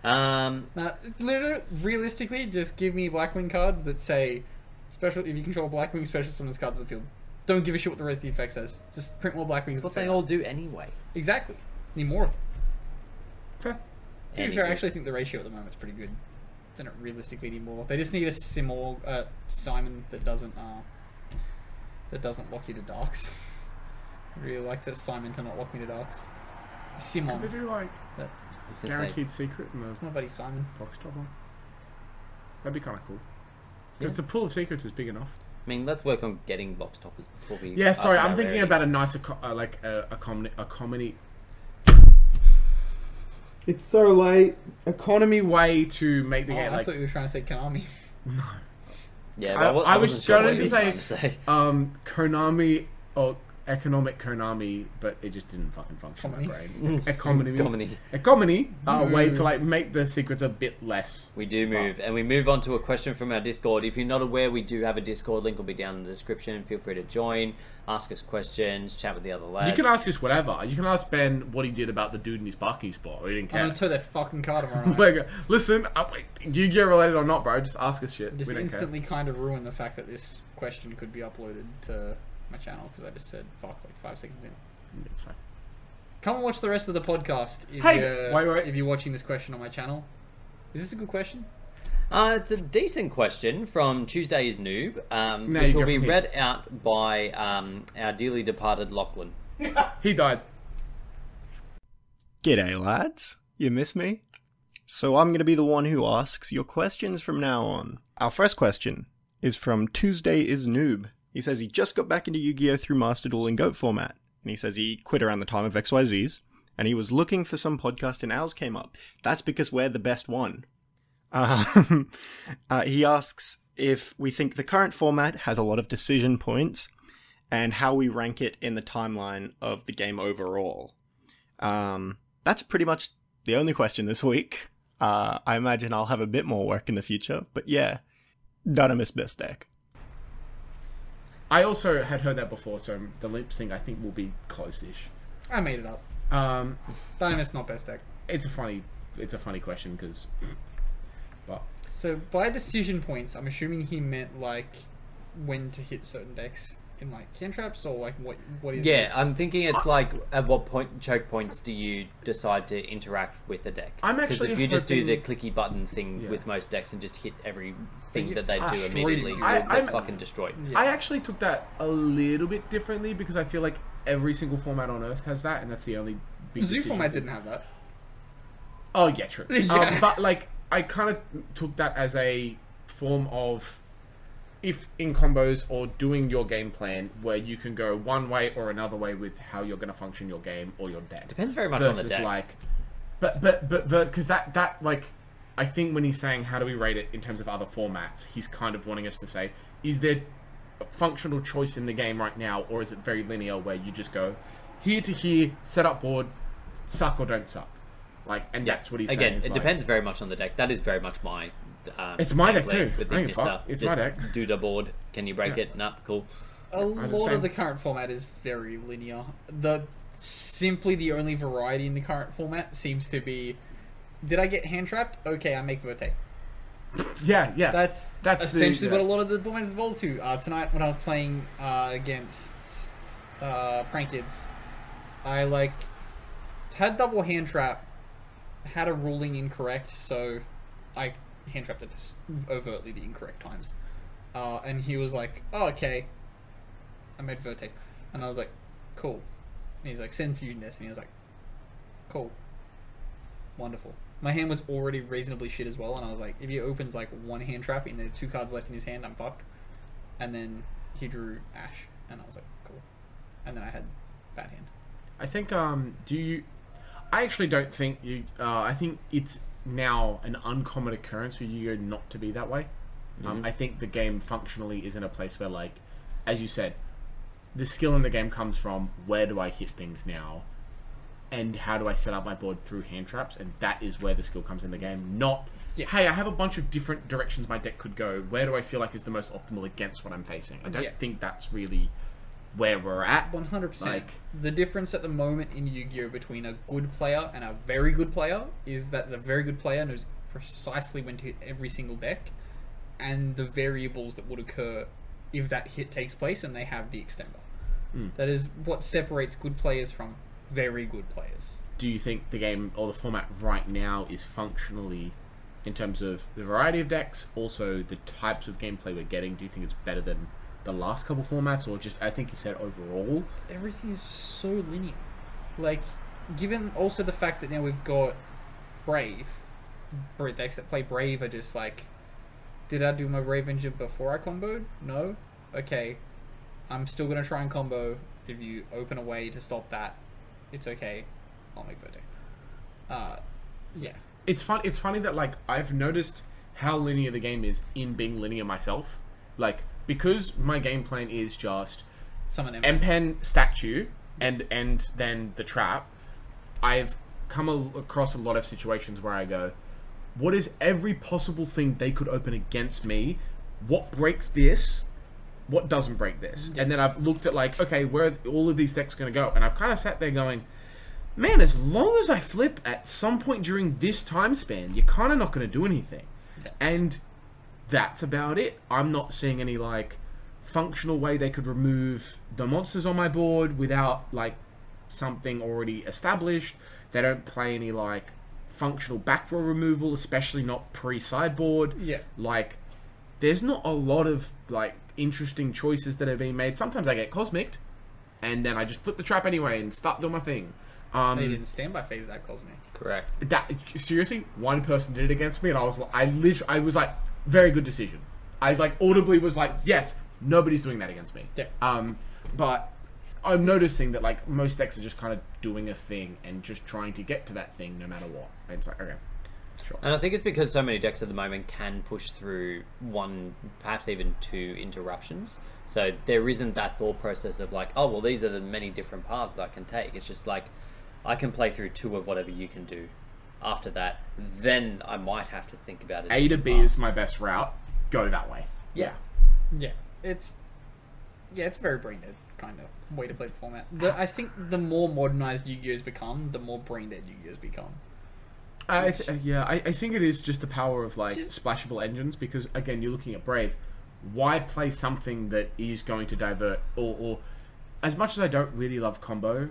Um,
Now, literally, realistically, just give me Blackwing cards that say special. If you control Blackwing, special summons card to the field. Don't give a shit what the rest of the effect says. Just print more Blackwings.
what
That say
they
that.
all do anyway.
exactly. Need more of them.
okay.
To be
Any
fair, I
good.
actually think the ratio at the moment is pretty good. They don't realistically need more. They just need a Simor, uh, Simon that doesn't uh, that doesn't lock you to darks. I really like that Simon to not lock me to darks.
They
Simon,
do um, like
that,
I was gonna say,
guaranteed secret in those
my buddy Simon.
box topper. That'd be kind of cool. If the pool of secrets is big enough.
I mean, let's work on getting box toppers before we.
Yeah,
ask
sorry,
about
I'm thinking
rarities.
about a nicer, co- uh, like uh, a comedy, a comedy. It's so late. Economy way to make the
Oh,
game
I
like
thought you were trying to say Konami.
Yeah,
I-
I,
I
I,
was
was sure
going
what
to
you were
say-
trying to say.
um Konami or economic Konami, but it just didn't fucking function in my brain. Economy,
Economy.
economy,
Mm.
a uh, way to like make the secrets a bit less.
We do move, and we move on to a question from our Discord. If you're not aware, we do have a Discord link. Will be down in the description. Feel free to join, ask us questions, chat with the other lads.
You can ask us whatever. You can ask Ben what he did about the dude in his parking spot. He didn't
I'm
care.
gonna tow their fucking car tomorrow. night.
Like, listen, uh, like, you get related or not, bro? Just ask us shit.
just
we don't care.
instantly kind of ruined the fact that this question could be uploaded to my channel because I just said fuck like five seconds in.
It's fine.
Come and watch the rest of the podcast if,
Hey,
you're,
wait, wait.
if you're watching this question on my channel. Is this a good question?
Uh, it's a decent question from Tuesday is Noob, um,
No,
which
you
will
go
be
from here.
read out by um, our dearly departed Lachlan.
He died.
G'day, lads. You miss me? So I'm going to be the one who asks your questions from now on. Our first question is from Tuesday is Noob. He says he just got back into Yu-Gi-Oh through Master Duel in Goat format, and he says he quit around the time of XYZ's, and he was looking for some podcast and ours came up. That's because we're the best one. Um, uh, he asks if we think the current format has a lot of decision points, and how we rank it in the timeline of the game overall. Um, that's pretty much the only question this week. Uh, I imagine I'll have a bit more work in the future, but yeah, Dynamis best deck.
I also had heard that before, so the lip sync I think will be close-ish.
I made it up.
Um,
Dynamit's not best deck.
it's a funny, it's a funny question because, but
So by decision points, I'm assuming he meant like when to hit certain decks in like cantraps or like what what is
Yeah, I'm thinking it's like at what point choke points do you decide to interact with a deck?
I'm actually
if you just do the
hoping-
clicky button thing
Yeah.
with most decks and just hit everything
you-
that they
Ah,
do
straight
immediately,
it.
you're
I-
they're
I'm-
fucking destroyed.
I actually took that a little bit differently because I feel like every single format on Earth has that, and that's the only big
Zoo
decision
format
to-
didn't have that.
Oh yeah, true.
Yeah.
Um, but like, I kind of took that as a form of if in combos or doing your game plan where you can go one way or another way with how you're going to function your game or your deck.
Depends very much on
versus
the deck.
like, but but but because that that like, I think when he's saying how do we rate it in terms of other formats, he's kind of wanting us to say is there a functional choice in the game right now or is it very linear where you just go here to here, set up board, suck or don't suck. Like, and
Yeah.
that's what he's
Again,
saying.
it
It's like-
depends very much on the deck. That is very much my. Um,
It's my deck
play
too.
With
I don't give a
Ignista.
fuck. It's my
Just
deck.
Do the board. Can you break it? Nah, cool.
A lot
same.
of the current format is very linear. The simply the only variety in the current format seems to be did I get hand trapped? Okay, I make Vertex.
Yeah, yeah.
That's
That's
that's
the-
essentially
yeah.
what a lot of the formats evolved to. Uh, tonight when I was playing uh, against uh, Prank Kids, I like had double hand trap, had a ruling incorrect, so I hand trapped it s- overtly the incorrect times, uh, and he was like, "Oh, okay." I made Vertex, and I was like, "Cool," and he's like, "Send fusion destiny," and I was like, "Cool." Wonderful. My hand was already reasonably shit as well, and I was like, if he opens like one hand trap and there are two cards left in his hand, I'm fucked. And then he drew Ash, and I was like, cool. And then I had bad hand.
I think. Um, do you? I actually don't think you. Uh, I think it's now an uncommon occurrence for Yu-Gi-Oh not to be that way.
Mm-hmm.
Um, I think the game functionally is in a place where, like, as you said, the skill in the game comes from where do I hit things now, and how do I set up my board through hand traps, and that is where the skill comes in the game. Not, hey, I have a bunch of different directions my deck could go. Where do I feel like is the most optimal against what I'm facing? I don't
Yeah.
think that's really where we're at.
One hundred percent.
Like-
The difference at the moment in Yu-Gi-Oh between a good player and a very good player is that the very good player knows precisely when to hit every single deck, and the variables that would occur if that hit takes place, and they have the extender. That is what separates good players from very good players.
do you think the game or the format right now is functionally in terms of the variety of decks also the types of gameplay we're getting do you think it's better than the last couple formats or just i think you said overall
everything is so linear. Like, given also the fact that now we've got Brave, Brit decks that play Brave are just like, did I do my Brave engine before I comboed? No? Okay. I'm still gonna try and combo. If you open a way to stop that, it's okay. I'll make Vertex. Uh, yeah.
it's fun it's funny that like i've noticed how linear the game is in being linear myself like because my game plan is just
Summon M.
Empen statue and and then the trap, I've come a- across a lot of situations where I go, what is every possible thing they could open against me? What breaks this? What doesn't break this? And then I've looked at like, okay, where are all of these decks going to go? And I've kind of sat there going, man, as long as I flip at some point during this time span, you're kind of not going to do anything. And that's about it. I'm not seeing any like functional way they could remove the monsters on my board without like something already established. They don't play any like functional back row removal, especially not pre sideboard.
Yeah.
Like there's not a lot of like interesting choices that are being made. Sometimes I get cosmicked and then I just flip the trap anyway and start doing my thing. Um,
They didn't standby phase that Cosmic.
Correct.
that seriously, one person did it against me, and I was like, I literally, I was like, very good decision. I like audibly was like, yes, nobody's doing that against me.
Yeah.
Um, but I'm noticing that like most decks are just kind of doing a thing and just trying to get to that thing no matter what. And it's like, okay, sure.
And I think it's because so many decks at the moment can push through one, perhaps even two interruptions. So there isn't that thought process of like, oh, well, these are the many different paths I can take. It's just like, I can play through two of whatever you can do. After that, then I might have to think about it. Oh,
A to B is my best route. Go that way.
uh, Yeah.
Yeah, it's yeah, it's very brain dead kind of way to play the format. The, I think the more modernized Yu-Gi-Oh's become, the more brain dead Yu-Gi-Oh's become.
I th- yeah, I, I think it is just the power of like splashable engines because again, you're looking at Brave. Why play something that is going to divert or, or as much as I don't really love combo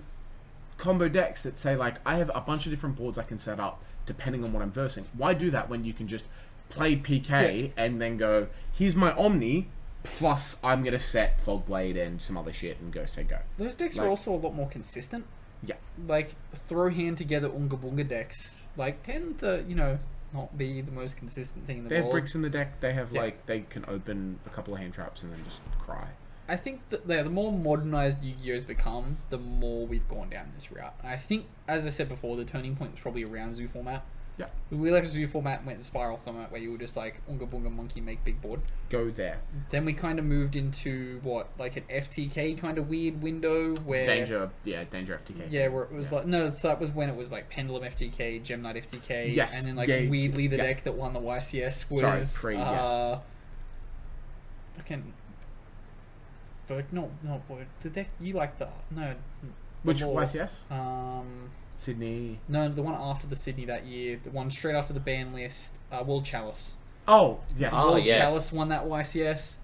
combo decks that say like I have a bunch of different boards I can set up depending on what I'm versing. Why do that when you can just play PK and then go here's my Omni Plus, I'm gonna set Fogblade and some other shit and go say go.
Those decks are
Like-
also a lot more consistent.
Yeah.
Like throw hand together Unga Bunga decks like tend to you know not be the most consistent thing in the
They have
world.
bricks in the deck. They have
Yeah.
like they can open a couple of hand traps and then just cry.
I think that yeah, the more modernized Yu-Gi-Oh's become, the more we've gone down this route. And I think, as I said before, the turning point was probably around Zoo format.
Yeah,
We left Zoo format and went to Spiral format, where you were just like Unga Bunga Monkey make big board.
go there.
Then we kind of moved into what like an FTK kind of weird window where
Danger, yeah, danger FTK.
Yeah, where it was like no, so that was when it was like Pendulum FTK, Gem Knight FTK,
Yes,
and then like
yeah,
weirdly the
yeah.
deck that won the YCS was
Sorry, pre, yeah.
uh, fucking, but no, no, but the deck you like the no, the
which
lore.
YCS
Um,
Sydney.
no, the one after the Sydney that year, the one straight after the ban list, uh, World Chalice.
Oh yeah,
Oh,
World
yes.
Chalice won that YCS.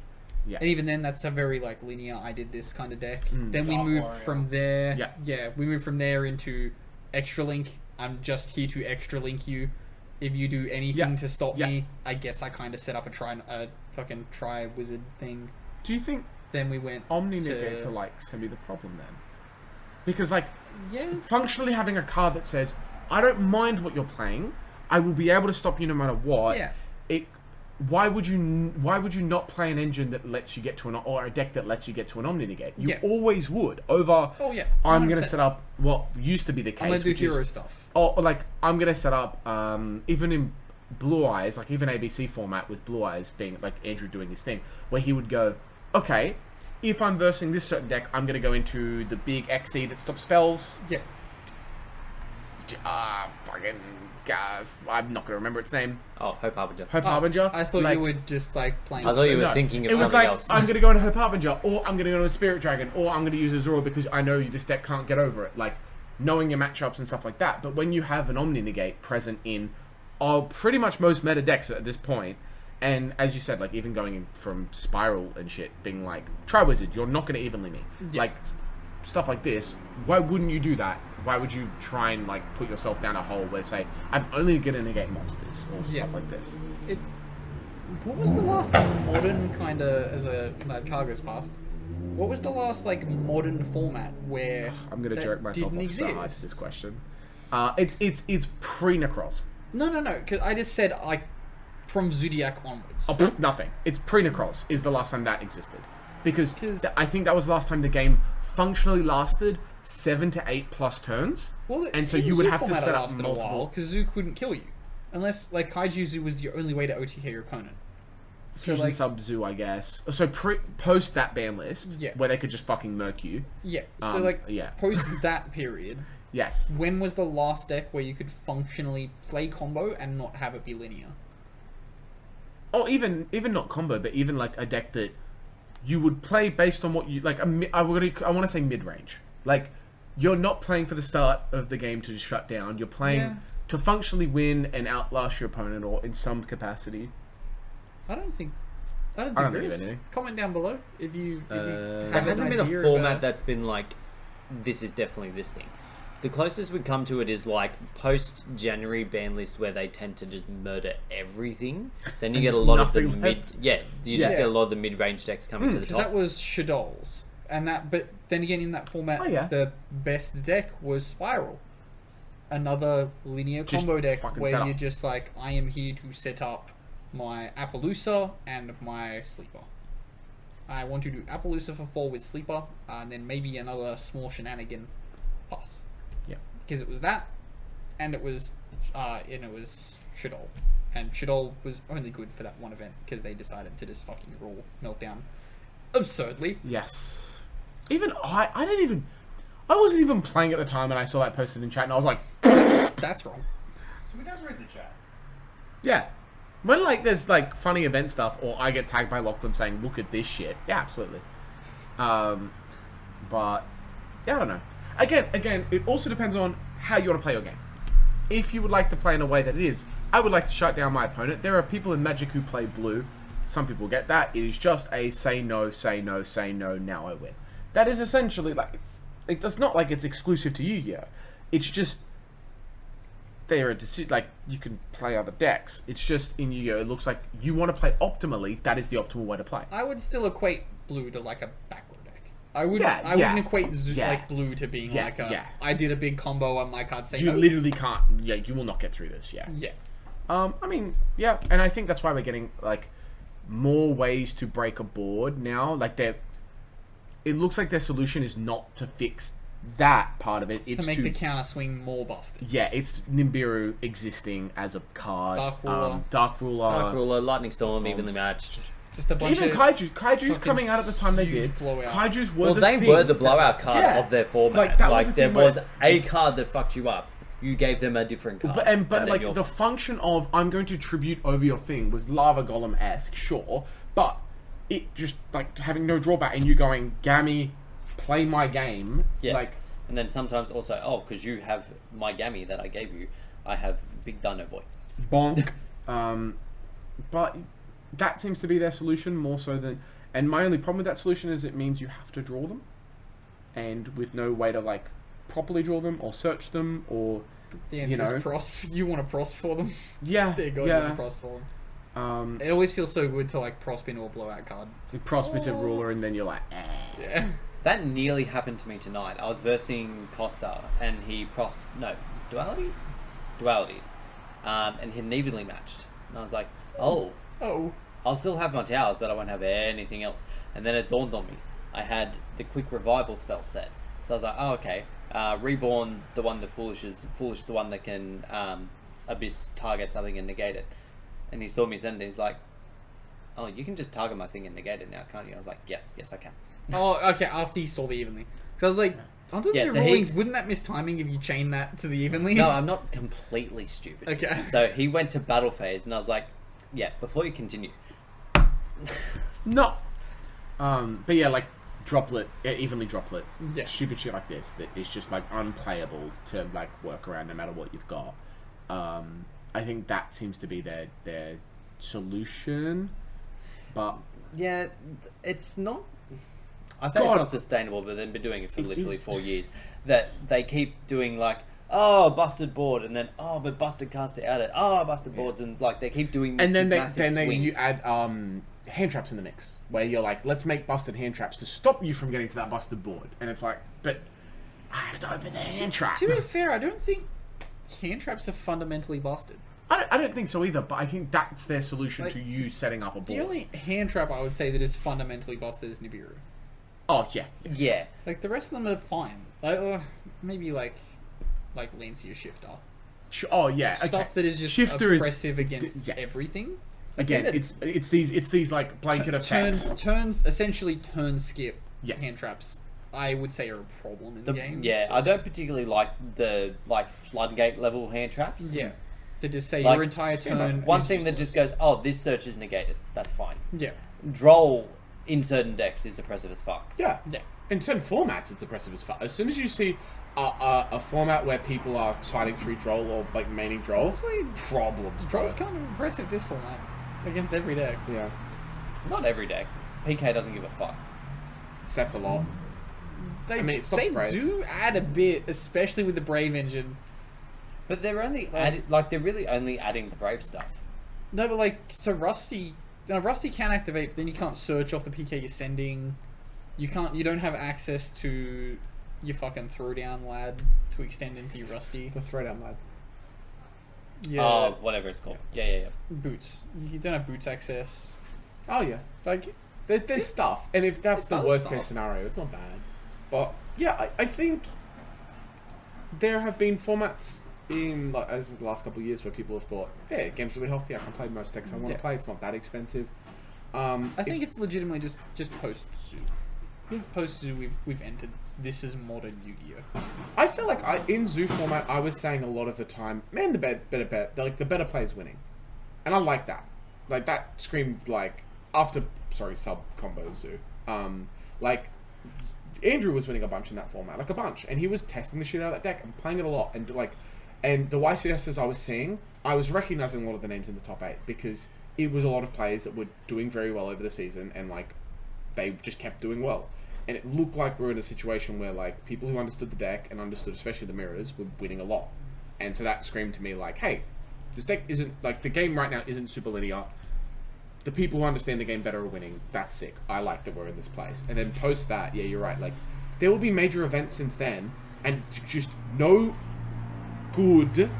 Yeah.
And even then, that's a very like linear. I did this kind of deck. then we
Dark
moved
Warrior.
from there.
Hmm. Yeah.
we moved from there into extra link. I'm just here to extra link you. If you do anything
Yeah.
to stop
Yeah.
me, I guess I kind of set up a try a fucking try wizard thing.
Do you think
Then we went
Omni
to-
negator likes can be the problem then? Because like, s-
Yeah.
functionally having a card that says, "I don't mind what you're playing. I will be able to stop you no matter what."
Yeah.
It. Why would you? n- Why would you not play an engine that lets you get to an or a deck that lets you get to an Omni negate? You
Yeah.
always would over.
Oh, yeah,
I'm gonna
100%.
set up what used to be the case.
I'm gonna do
which
hero
is,
stuff.
Oh, like I'm gonna set up um, even in Blue Eyes, like even ABC format with Blue Eyes being like Andrew doing his thing, where he would go, okay, if I'm versing this certain deck, I'm gonna go into the big XE that stops spells.
Yeah,
Ah, fucking, uh, I'm not gonna remember its name.
Oh, Hope Harbinger.
Hope Harbinger.
Ah, I thought
Like,
you were just like playing.
I thought you were
no.
thinking of
it was
something
like
else.
I'm gonna go into Hope Harbinger, or I'm gonna go into Spirit Dragon, or I'm gonna use Azura because I know this deck can't get over it. Like knowing your matchups and stuff like that. But when you have an Omni Negate present in, are pretty much most meta decks at this point, and as you said, like even going in from Spiral and shit, being like Try Wizard, you're not gonna evenly me. Like st- stuff like this. Why wouldn't you do that? Why would you try and like put yourself down a hole where say I'm only gonna negate monsters or
Yeah.
stuff like this?
It's what was the last modern kind of as a like cargo's past? What was the last like modern format where
I'm gonna
that
jerk myself
didn't
off so hard
exist?
to this question. Uh, it's it's it's pre Necros.
No, no, no. Cause I just said like from Zodiac onwards.
Oh, pff, nothing. It's pre Necros is the last time that existed, because
'Cause-
th- I think that was the last time the game functionally lasted seven to eight plus turns. and so you would have to set up multiple.
because Zoo couldn't kill you unless like Kaiju Zoo was the only way to OTK your opponent. So
Fusion
like
sub zoo, I guess. So pre post that ban list,
Yeah.
where they could just fucking murk you.
yeah, so
um,
like
yeah.
post that period,
Yes.
when was the last deck where you could functionally play combo and not have it be linear?
or Oh, even even not combo, but even like a deck that you would play based on what you like. A, mi- I would I want to say mid range. Like you're not playing for the start of the game to just shut down. You're playing
Yeah.
to functionally win and outlast your opponent, or in some capacity.
I don't think. I don't think,
I don't
there
think of
is.
anything.
Comment down below if you. If you
Uh,
have
There
an
hasn't been
idea
a format
about-
that's been like, this is definitely this thing. The closest we'd come to it is like post January ban list where they tend to just murder everything. Then you get a
there's
lot of the
nothing
mid
left. Mm,
yeah, you just
Yeah.
get a lot of the mid range decks coming to the
'cause
top.
that was Shadol's, and that. But then again, in that format,
Oh, yeah.
the best deck was Spiral, another linear
Just
combo deck
fucking
where
set up.
you're just like, I am here to set up my Appaloosa and my Sleeper. I want to do Appaloosa for four with Sleeper, and then maybe another small shenanigan, plus
Yeah.
because it was that, and it was, uh, and it was Shadol, and Shadol was only good for that one event because they decided to just fucking rule meltdown absurdly.
Yes. Even I I didn't even I wasn't even playing at the time, and I saw that posted in chat, and I was like,
That's wrong.
So we does read the chat.
yeah. When like there's like funny event stuff, or I get tagged by Lachlan saying, "Look at this shit," yeah, absolutely. Um, but yeah, I don't know. Again, again, it also depends on how you want to play your game. If you would like to play in a way that it is, I would like to shut down my opponent. There are people in Magic who play blue. Some people get that. It is just a say no, say no, say no. Now I win. That is essentially like it. It's not like it's exclusive to Yu-Gi-Oh. It's just they're a deci- like you can play other decks. It's just in Yu-Gi-Oh, it looks like you want to play optimally. That is the optimal way to play.
I would still equate blue to like a backward deck. I would.
Yeah,
I
yeah,
wouldn't equate zo-
yeah.
like blue to being
Yeah,
like a. I
yeah.
did a big combo on my card. Say
You
oh.
literally can't. Yeah, you will not get through this. Yeah.
Yeah.
Um, I mean, yeah, and I think that's why we're getting like more ways to break a board now. Like they're, it looks like their solution is not to fix that part of it. It's,
to make the counter swing more busted.
yeah, it's Nimbiru existing as a card.
Dark Ruler.
Um, Dark Ruler.
Dark Ruler, uh, Lightning Storm, evenly matched.
Just a bunch
Even
of
Kaiju. Kaiju's
fucking
coming out at the time they
huge
did.
blowout.
Kaiju's were
Well,
the
they
thing
were the
that-
blowout card
yeah.
of their
Like,
format. Like,
that was the
there
thing where-
was a card that fucked you up. You gave them a different card.
But, and but
then
like
you're-
the function of I'm going to tribute over your thing was lava golem esque, sure, but it just like having no drawback and you going Gammy, play my game,
yeah.
like
and then sometimes also oh because you have my gammy that I gave you, I have Big Dino Boy.
bonk. um, but that seems to be their solution more so than. And my only problem with that solution is it means you have to draw them, and with no way to like properly draw them or search them or
the answer
know.
is prosp. You want to prosp for them?
yeah
Dear God, you
yeah
want to prosp for them.
um
It always feels so good to like prosp into a blowout card.
prospective ruler and then you're like eh.
Yeah.
That nearly happened to me tonight. I was versing Costa, and he pros no duality, duality, um, and he evenly matched. And I was like, oh,
Oh.
I'll still have my towers, but I won't have anything else. And then it dawned on me, I had the quick revival spell set, so I was like, oh okay, uh, reborn the one that foolishes, foolish the one that can um, abyss target something and negate it. And he saw me send it. He's like, oh, you can just target my thing and negate it now, can't you? I was like, yes, yes, I can.
Oh, okay. After he saw the evenly, because I was like, under
Yeah,
the
so he-
rulings, wouldn't that miss timing if you chain that to the evenly?
No, I'm not completely stupid.
Okay.
So he went to battle phase, and I was like, yeah, before you continue.
No. Um, but yeah, like droplet, yeah, evenly droplet,
Yeah.
stupid shit like this that is just like unplayable to like work around no matter what you've got. Um, I think that seems to be their their solution, but
Yeah, it's not. I say
God.
it's not sustainable, but they've been doing it for literally
is.
four years. That they keep doing like, oh, busted board, and then oh, but busted cast out it. Oh, busted boards, and like they keep doing. This
and then
big,
they
massive
then they
swing.
you add um hand traps in the mix where you're like, let's make busted hand traps to stop you from getting to that busted board, and it's like, but I have to open the hand trap.
To be fair, I don't think hand traps are fundamentally busted.
I don't, I don't think so either, but I think that's their solution to you setting up a
The
board.
only hand trap I would say that is fundamentally busted is Nibiru.
Oh yeah, yeah.
yeah,
Like the rest of them are fine. Like, uh, maybe like like Lancia Shifter.
Sh- oh yeah, okay.
Stuff that is just
Shifter is-
oppressive against
th- yes.
everything.
Again,
that-
it's it's these it's these like blanket effects.
Turns turns essentially turn skip
Yes.
hand traps. I would say are a problem in the, game.
yeah. I don't particularly like the like floodgate level hand traps.
yeah. To just say
Like,
your entire turn.
One
is
thing that just goes,
useless.
oh, this search is negated. That's fine.
Yeah,
Droll in certain decks is oppressive as fuck.
Yeah,
Yeah.
In certain formats, it's oppressive as fuck. As soon as you see a, a, a format where people are citing through droll or like maining droll, it's like problems. bro.
Troll's kind of impressive this format against every deck.
yeah,
Not every deck. PK doesn't give a fuck.
sets a lot.
They,
mean, it stops
they
Brave.
do add a bit, especially with the Brave engine.
But they're only added, like they're really only adding the brave stuff.
No, but like, so Rusty, no, Rusty can activate, but then you can't search off the PK you're sending. You can't, you don't have access to your fucking throwdown lad to extend into your Rusty.
The throwdown lad.
Yeah,
Uh,
Oh, whatever it's called. Yeah, yeah, yeah.
boots. You don't have boots access.
Oh yeah,
Like,
there's there's stuff, and if that's the
does
worst
stuff.
case scenario, it's not bad. But yeah, I, I think there have been formats in like as in the last couple of years where people have thought, "Hey, game's really healthy. I can play most decks I want to
Yeah.
play. It's not that expensive." Um,
I think it's legitimately just just post zoo. Post zoo, we've we've entered. This is modern Yu-Gi-Oh.
I feel like I, in zoo format, I was saying a lot of the time, man, the bet, better bet, like the better play is winning, and I like that. Like that screamed like after sorry sub combo zoo. Um, like Andrew was winning a bunch in that format, like a bunch, and he was testing the shit out of that deck and playing it a lot, and like, and the YCSs I was seeing, I was recognizing a lot of the names in the top eight because it was a lot of players that were doing very well over the season, and like, they just kept doing well, and it looked like we were in a situation where like people who understood the deck and understood especially the mirrors were winning a lot, and so that screamed to me like, hey, this deck isn't like the game right now isn't super linear. The people who understand the game better are winning. That's sick. I like that we're in this place. And then post that, yeah, you're right. Like there will be major events since then, and just no good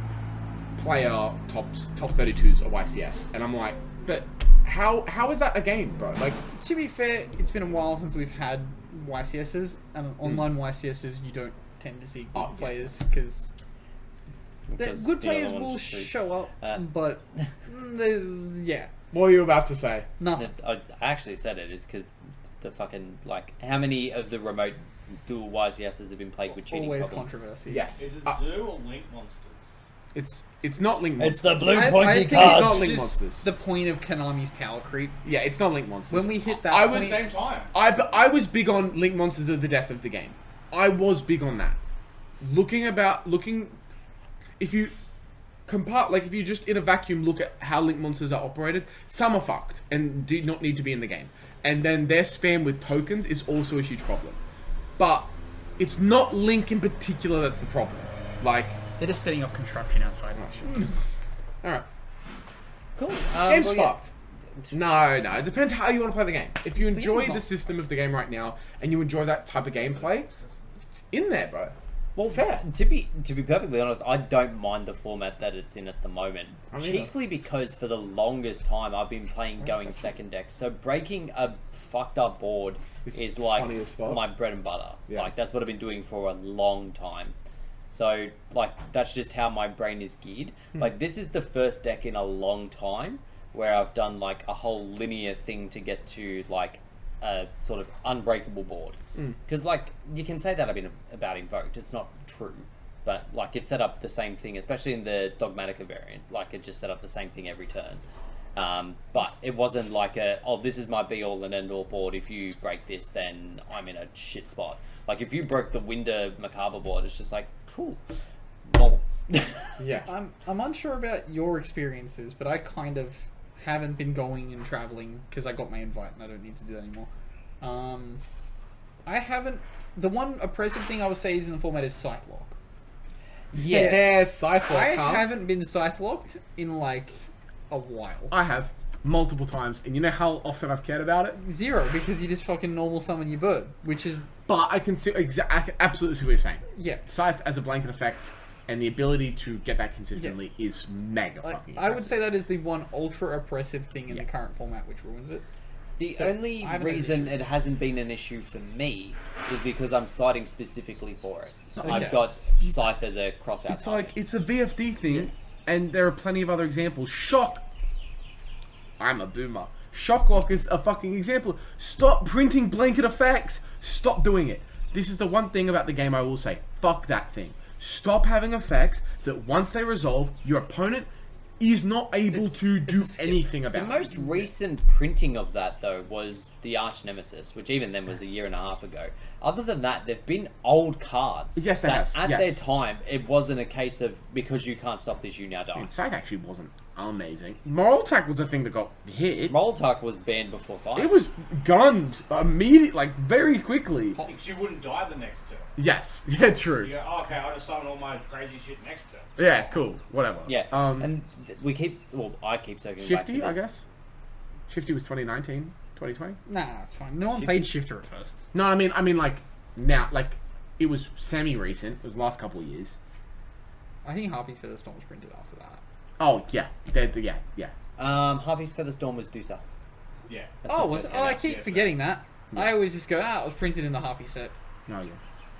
player tops top 32s of ICS, and I'm like, but how how is that a game, bro? Like,
To be fair, it's been a while since we've had YCSs, and online YCSs you don't tend to see good
Mm. Oh, yeah.
players because
Because
good
the other
players
ones
will
are sweet.
show up,
Uh,
but there's- yeah,
what are you about to say?
nothing.
that I actually said it is because the fucking like how many of the remote dual YCSs have been plagued with cheating
Always
problems?
controversy.
Yes,
Is it
Uh,
Zoo or Link Monsters?
it's it's not Link Monsters.
blue
I, I think
cards.
it's
Not Link
just
Monsters.
the point of Konami's power creep.
yeah, it's not Link Monsters.
When we hit that
I
At the
was
point-
same time.
I but I was big on Link Monsters of the death of the game. I was big on that. Looking about looking, if you compart like if you just in a vacuum look at how Link Monsters are operated, some are fucked and do not need to be in the game. And then their spam with tokens is also a huge problem. But it's not Link in particular that's the problem. Like,
They're just setting up construction outside.
all right.
Cool. Um,
Game's
well, yeah.
fucked. No, no. It depends how you want to play the game. If you enjoy
was
the
not-
system of the game right now and you enjoy that type of gameplay, in there, bro.
Well,
Fair.
To be to be perfectly honest, I don't mind the format that it's in at the moment,
neither.
chiefly because for the longest time I've been playing going second deck. So breaking a fucked up board
It's
is
funny
like
as fuck.
my bread and butter.
Yeah.
Like that's what I've been doing for a long time. So like that's just how my brain is geared.
Hmm.
Like this is the first deck in a long time where I've done like a whole linear thing to get to like a sort of unbreakable board.
Hmm.
Because like you can say that I've been about invoked. It's not true, but like it set up the same thing, especially in the dogmatica variant. Like it just set up the same thing every turn. Um, but it wasn't like a oh this is my be all and end all board. If you break this, then I'm in a shit spot. Like if you broke the Winder Macabre board, it's just like cool. Normal.
Yeah.
I'm I'm unsure about your experiences, but I kind of haven't been going and traveling because I got my invite and I don't need to do that anymore. Um, I haven't. The one oppressive thing I would say is in the format is Sightlock.
yeah.
Cypher.
I
huh?
haven't been Sightlocked in like a while.
I have multiple times, and you know how often I've cared about it.
Zero because you just fucking normal summon your bird, which is
But I can see exa- I can absolutely see what you're saying.
yeah.
Scythe as a blanket effect, and the ability to get that consistently is mega
Like,
fucking.
I would
impressive.
say that is the one ultra oppressive thing in
Yeah.
the current format which ruins it.
The only
I haven't had an
reason it hasn't been an issue for me is because I'm citing specifically for it.
Okay.
I've got Scythe as a cross out.
It's like it's a VFD thing, and there are plenty of other examples. Shock. I'm a boomer. Shocklock is a fucking example. Stop printing blanket effects. Stop doing it. This is the one thing about the game I will say. Fuck that thing. Stop having effects that once they resolve, your opponent is not able to do anything about.
The
it.
most recent printing of that, though, was the Arch Nemesis, which even then was a year and a half ago. Other than that, they've been old cards.
Yes, they
that
have.
At
Yes.
their time, it wasn't a case of because you can't stop this, you now die.
Scythe actually wasn't amazing. Moral Attack was a thing that got hit.
Molotov was banned before Scythe.
It was gunned immediately, like very quickly.
Because you wouldn't die the next turn.
Yes, yeah, true.
You go, oh, okay, I'll just summon all my crazy shit next turn.
Yeah, cool. Whatever.
Yeah,
Um,
and th- we keep. Well, I keep circling back to
Shifty,
this.
I guess. Shifty was 2019, 2020.
Nah, it's fine. No one played Shifter at first.
No, I mean, I mean, like now, like it was semi-recent. It was the last couple of years.
I think Harpy's Feather Storm was printed after that.
Oh yeah, they're, they're- yeah, yeah.
Um, Harpy's Featherstorm was Doosa.
Yeah.
what
Oh,
it
was
was.
it? Oh, I
Yeah,
keep
yeah,
forgetting that. I always just go, ah, it was printed in the Harpy set.
No, yeah.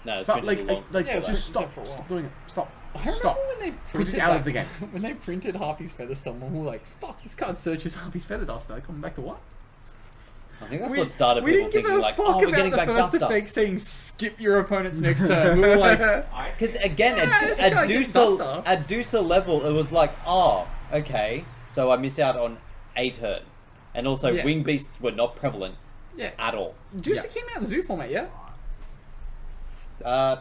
No, it's
But like,
long.
like, like
Yeah, it was
just
printed
stop,
for a while.
stop doing it. Stop,
I
stop.
remember when they
We're just
printed
out
that-
of the game.
When they printed Harpy's Featherstone, we were like, "Fuck, this card searches Harpy's Feather Dust." They're coming back to what?
I think that's what started people thinking like, oh, we're getting back
first
dust up.
effect saying skip your opponent's next turn. We were like,
I,
Because again, at,
this
at,
guy gets dust
Doosa,
up.
at Doosa level, it was like, oh, okay, so I miss out on a turn. And also,
Yeah.
wing beasts were not prevalent
"Yeah,
at all.
Deuce came out in Zoo format, yeah,
Uh,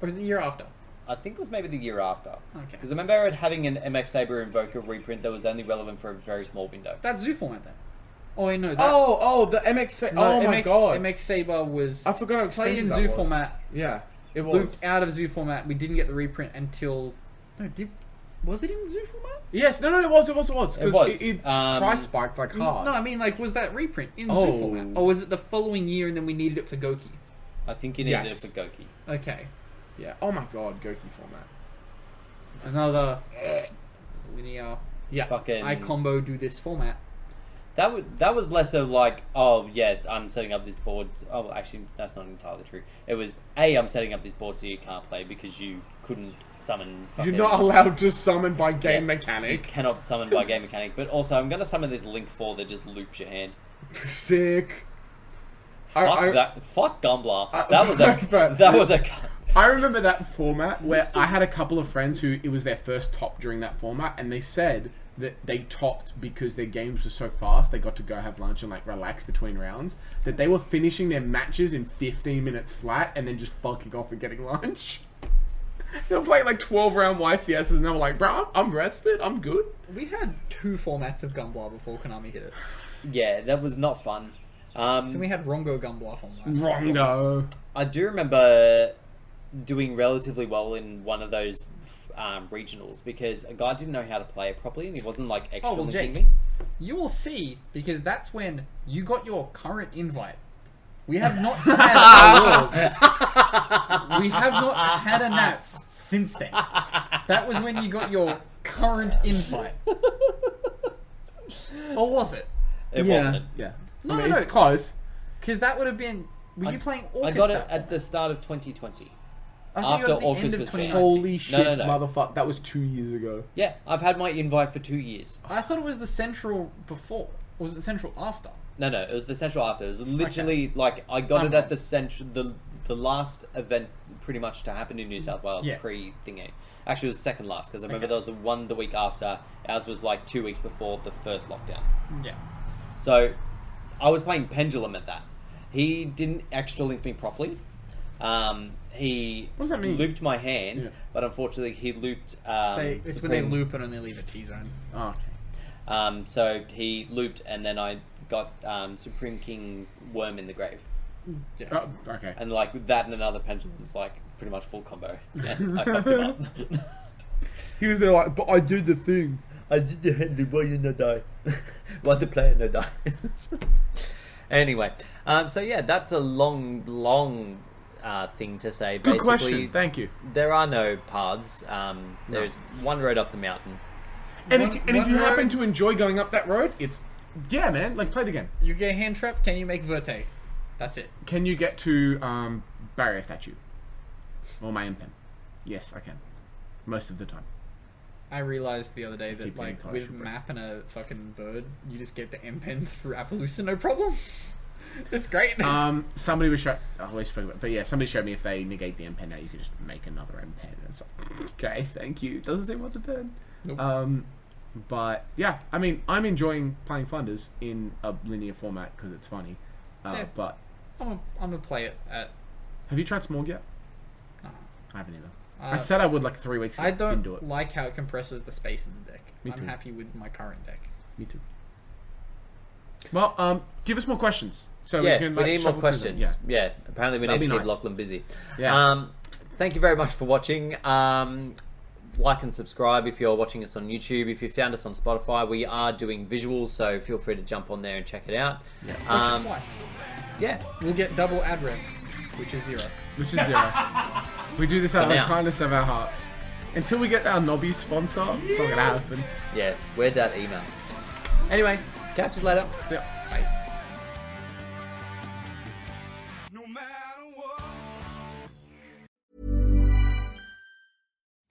or was it the year after?"
I think it was maybe the year after.
Oh.
Okay.
Because I remember it having an MX Saber Invoker reprint that was only relevant for a very small window.
That's Zoo format then. Oh, I know that.
Oh, oh, the MX.
No,
oh
MX,
my god.
MX Saber was
I forgot how
played in
expensive
Zoo
that was.
format,
Yeah, it was.
looped out of Zoo format. We didn't get the reprint until No, did, was it in Zufuma?
Yes, no, no, it was, it was, it was. 'cause
It was,
It, it
um,
price spiked like hard.
No, I mean, like, was that reprint in
Oh.
Zoo format? Or was it the following year and then we needed it for Goki?
I think you
needed Yes. it for
Goki.
Okay.
Yeah. Oh my god, Goki format.
Another linear. Yeah.
Fucking-
I combo do this format.
That was that was less of like, oh yeah, I'm setting up this board. Oh, well, actually, that's not entirely true. It was a, I'm setting up this board so you can't play because you couldn't summon.
You're
fucking-
not allowed to summon by game mechanic.
You cannot summon by game mechanic. But also, I'm going to summon this Link Four that just loops your hand.
Sick. I-
Fuck
I-
that! Fuck Gumbler.
I-
that was a.
but-
that was a.
I remember that format where
Listen.
I had a couple of friends who it was their first top during that format, and they said that they topped because their games were so fast. They got to go have lunch and like relax between rounds. That they were finishing their matches in 15 minutes flat, and then just fucking off and getting lunch. they were playing like 12 round YCSs, and they were like, "Bro, I'm rested. I'm good."
We had two formats of Gunbla before Konami hit it.
Yeah, that was not fun. Um,
Then we had Rongo Gunbla format.
Rongo.
I do remember doing relatively well in one of those um, regionals because a guy didn't know how to play it properly and he wasn't like extra
Oh, well,
linking
Jake,
me.
you will see because that's when you got your current invite. We have not had a world. We have not had a Nats since then. That was when you got your current invite. Or was it?
It
Yeah,
wasn't.
Yeah.
No,
I mean,
no,
it's
no.
close.
Because that would have been. Were you playing Orcus?
I got it
that-
at the start of 2020.
I thought you
after
got it at the
Orcus
end of
was banned.
2019.
Holy shit,
no, no.
motherfucker! That was two years ago.
Yeah, I've had my invite for two years.
I thought it was the Central before. Or was it Central after?
No, no, it was the central after. It was literally like I got
I'm
it at
wrong.
the central, the the last event pretty much to happen in New South Wales
Yeah.
pre thingy. Actually, it was second last because I remember
Okay.
there was one the week after. Ours was like two weeks before the first lockdown.
Yeah.
So I was playing Pendulum at that. He didn't extra link me properly. Um, he
What does that mean?
looped my hand,
Yeah.
but unfortunately he looped. Um,
They, it's when they
Supreme-
loop it and they leave a T zone.
Oh, okay.
Um, so he looped, and then I got um, Supreme King Worm in the grave,
Oh, okay.
and like with that and another Pendulum's like pretty much full combo. Yeah, I fucked him up.
He was there like, but I did the thing.
I did the hand why you not die? why the player not die? anyway, um, so yeah, that's a long, long uh, thing to say.
Good
Basically,
question. Thank you.
There are no paths. Um, There's one road up the mountain.
And,
One-
if, and if
one
you happen
road-
to enjoy going up that road, it's yeah, man. Like play the game.
You get hand trapped, can you make Verte? That's it.
Can you get to um, barrier statue or my impen? Yes, I can. Most of the time.
I realized the other day
keep
that
getting
like
tired
with
of your
map and a fucking bird, you just get the M pen through Appaloosa, no problem. It's great.
Um, somebody was show. I always spoke about, but yeah, somebody showed me if they negate the impen now, you could just make another impen. And It's like, okay, thank you. Doesn't seem what's a turn.
Nope.
Um, but yeah, I mean, I'm enjoying playing Flanders in a linear format because it's funny. Uh,
Yeah.
But
I'm, gonna, I'm gonna play it at.
have you tried Smorg yet?
No.
I haven't either. I
Uh,
said I would like three weeks ago.
I don't
Didn't do it.
like how it compresses the space in the deck.
Me
I'm
too.
happy with my current deck.
Me too. Well, um, give us more questions so
Yeah,
we can.
we
like,
need more
shuffle through them.
questions. Yeah. apparently we
That'd
need
be
to keep
nice.
Lachlan busy.
Yeah.
Um, thank you very much for watching. Um, like and subscribe if you're watching us on YouTube. If you found us on Spotify, we are doing visuals, so feel free to jump on there and check it out.
Watch it
Um,
twice.
yeah.
We'll get double ad rev, which is zero.
Yeah, which is zero. we do this out of the
now.
kindness of our hearts. Until we get our knobby sponsor, it's not gonna happen.
Yeah, where'd that email? Anyway, catch you later.
Yeah.
No matter what.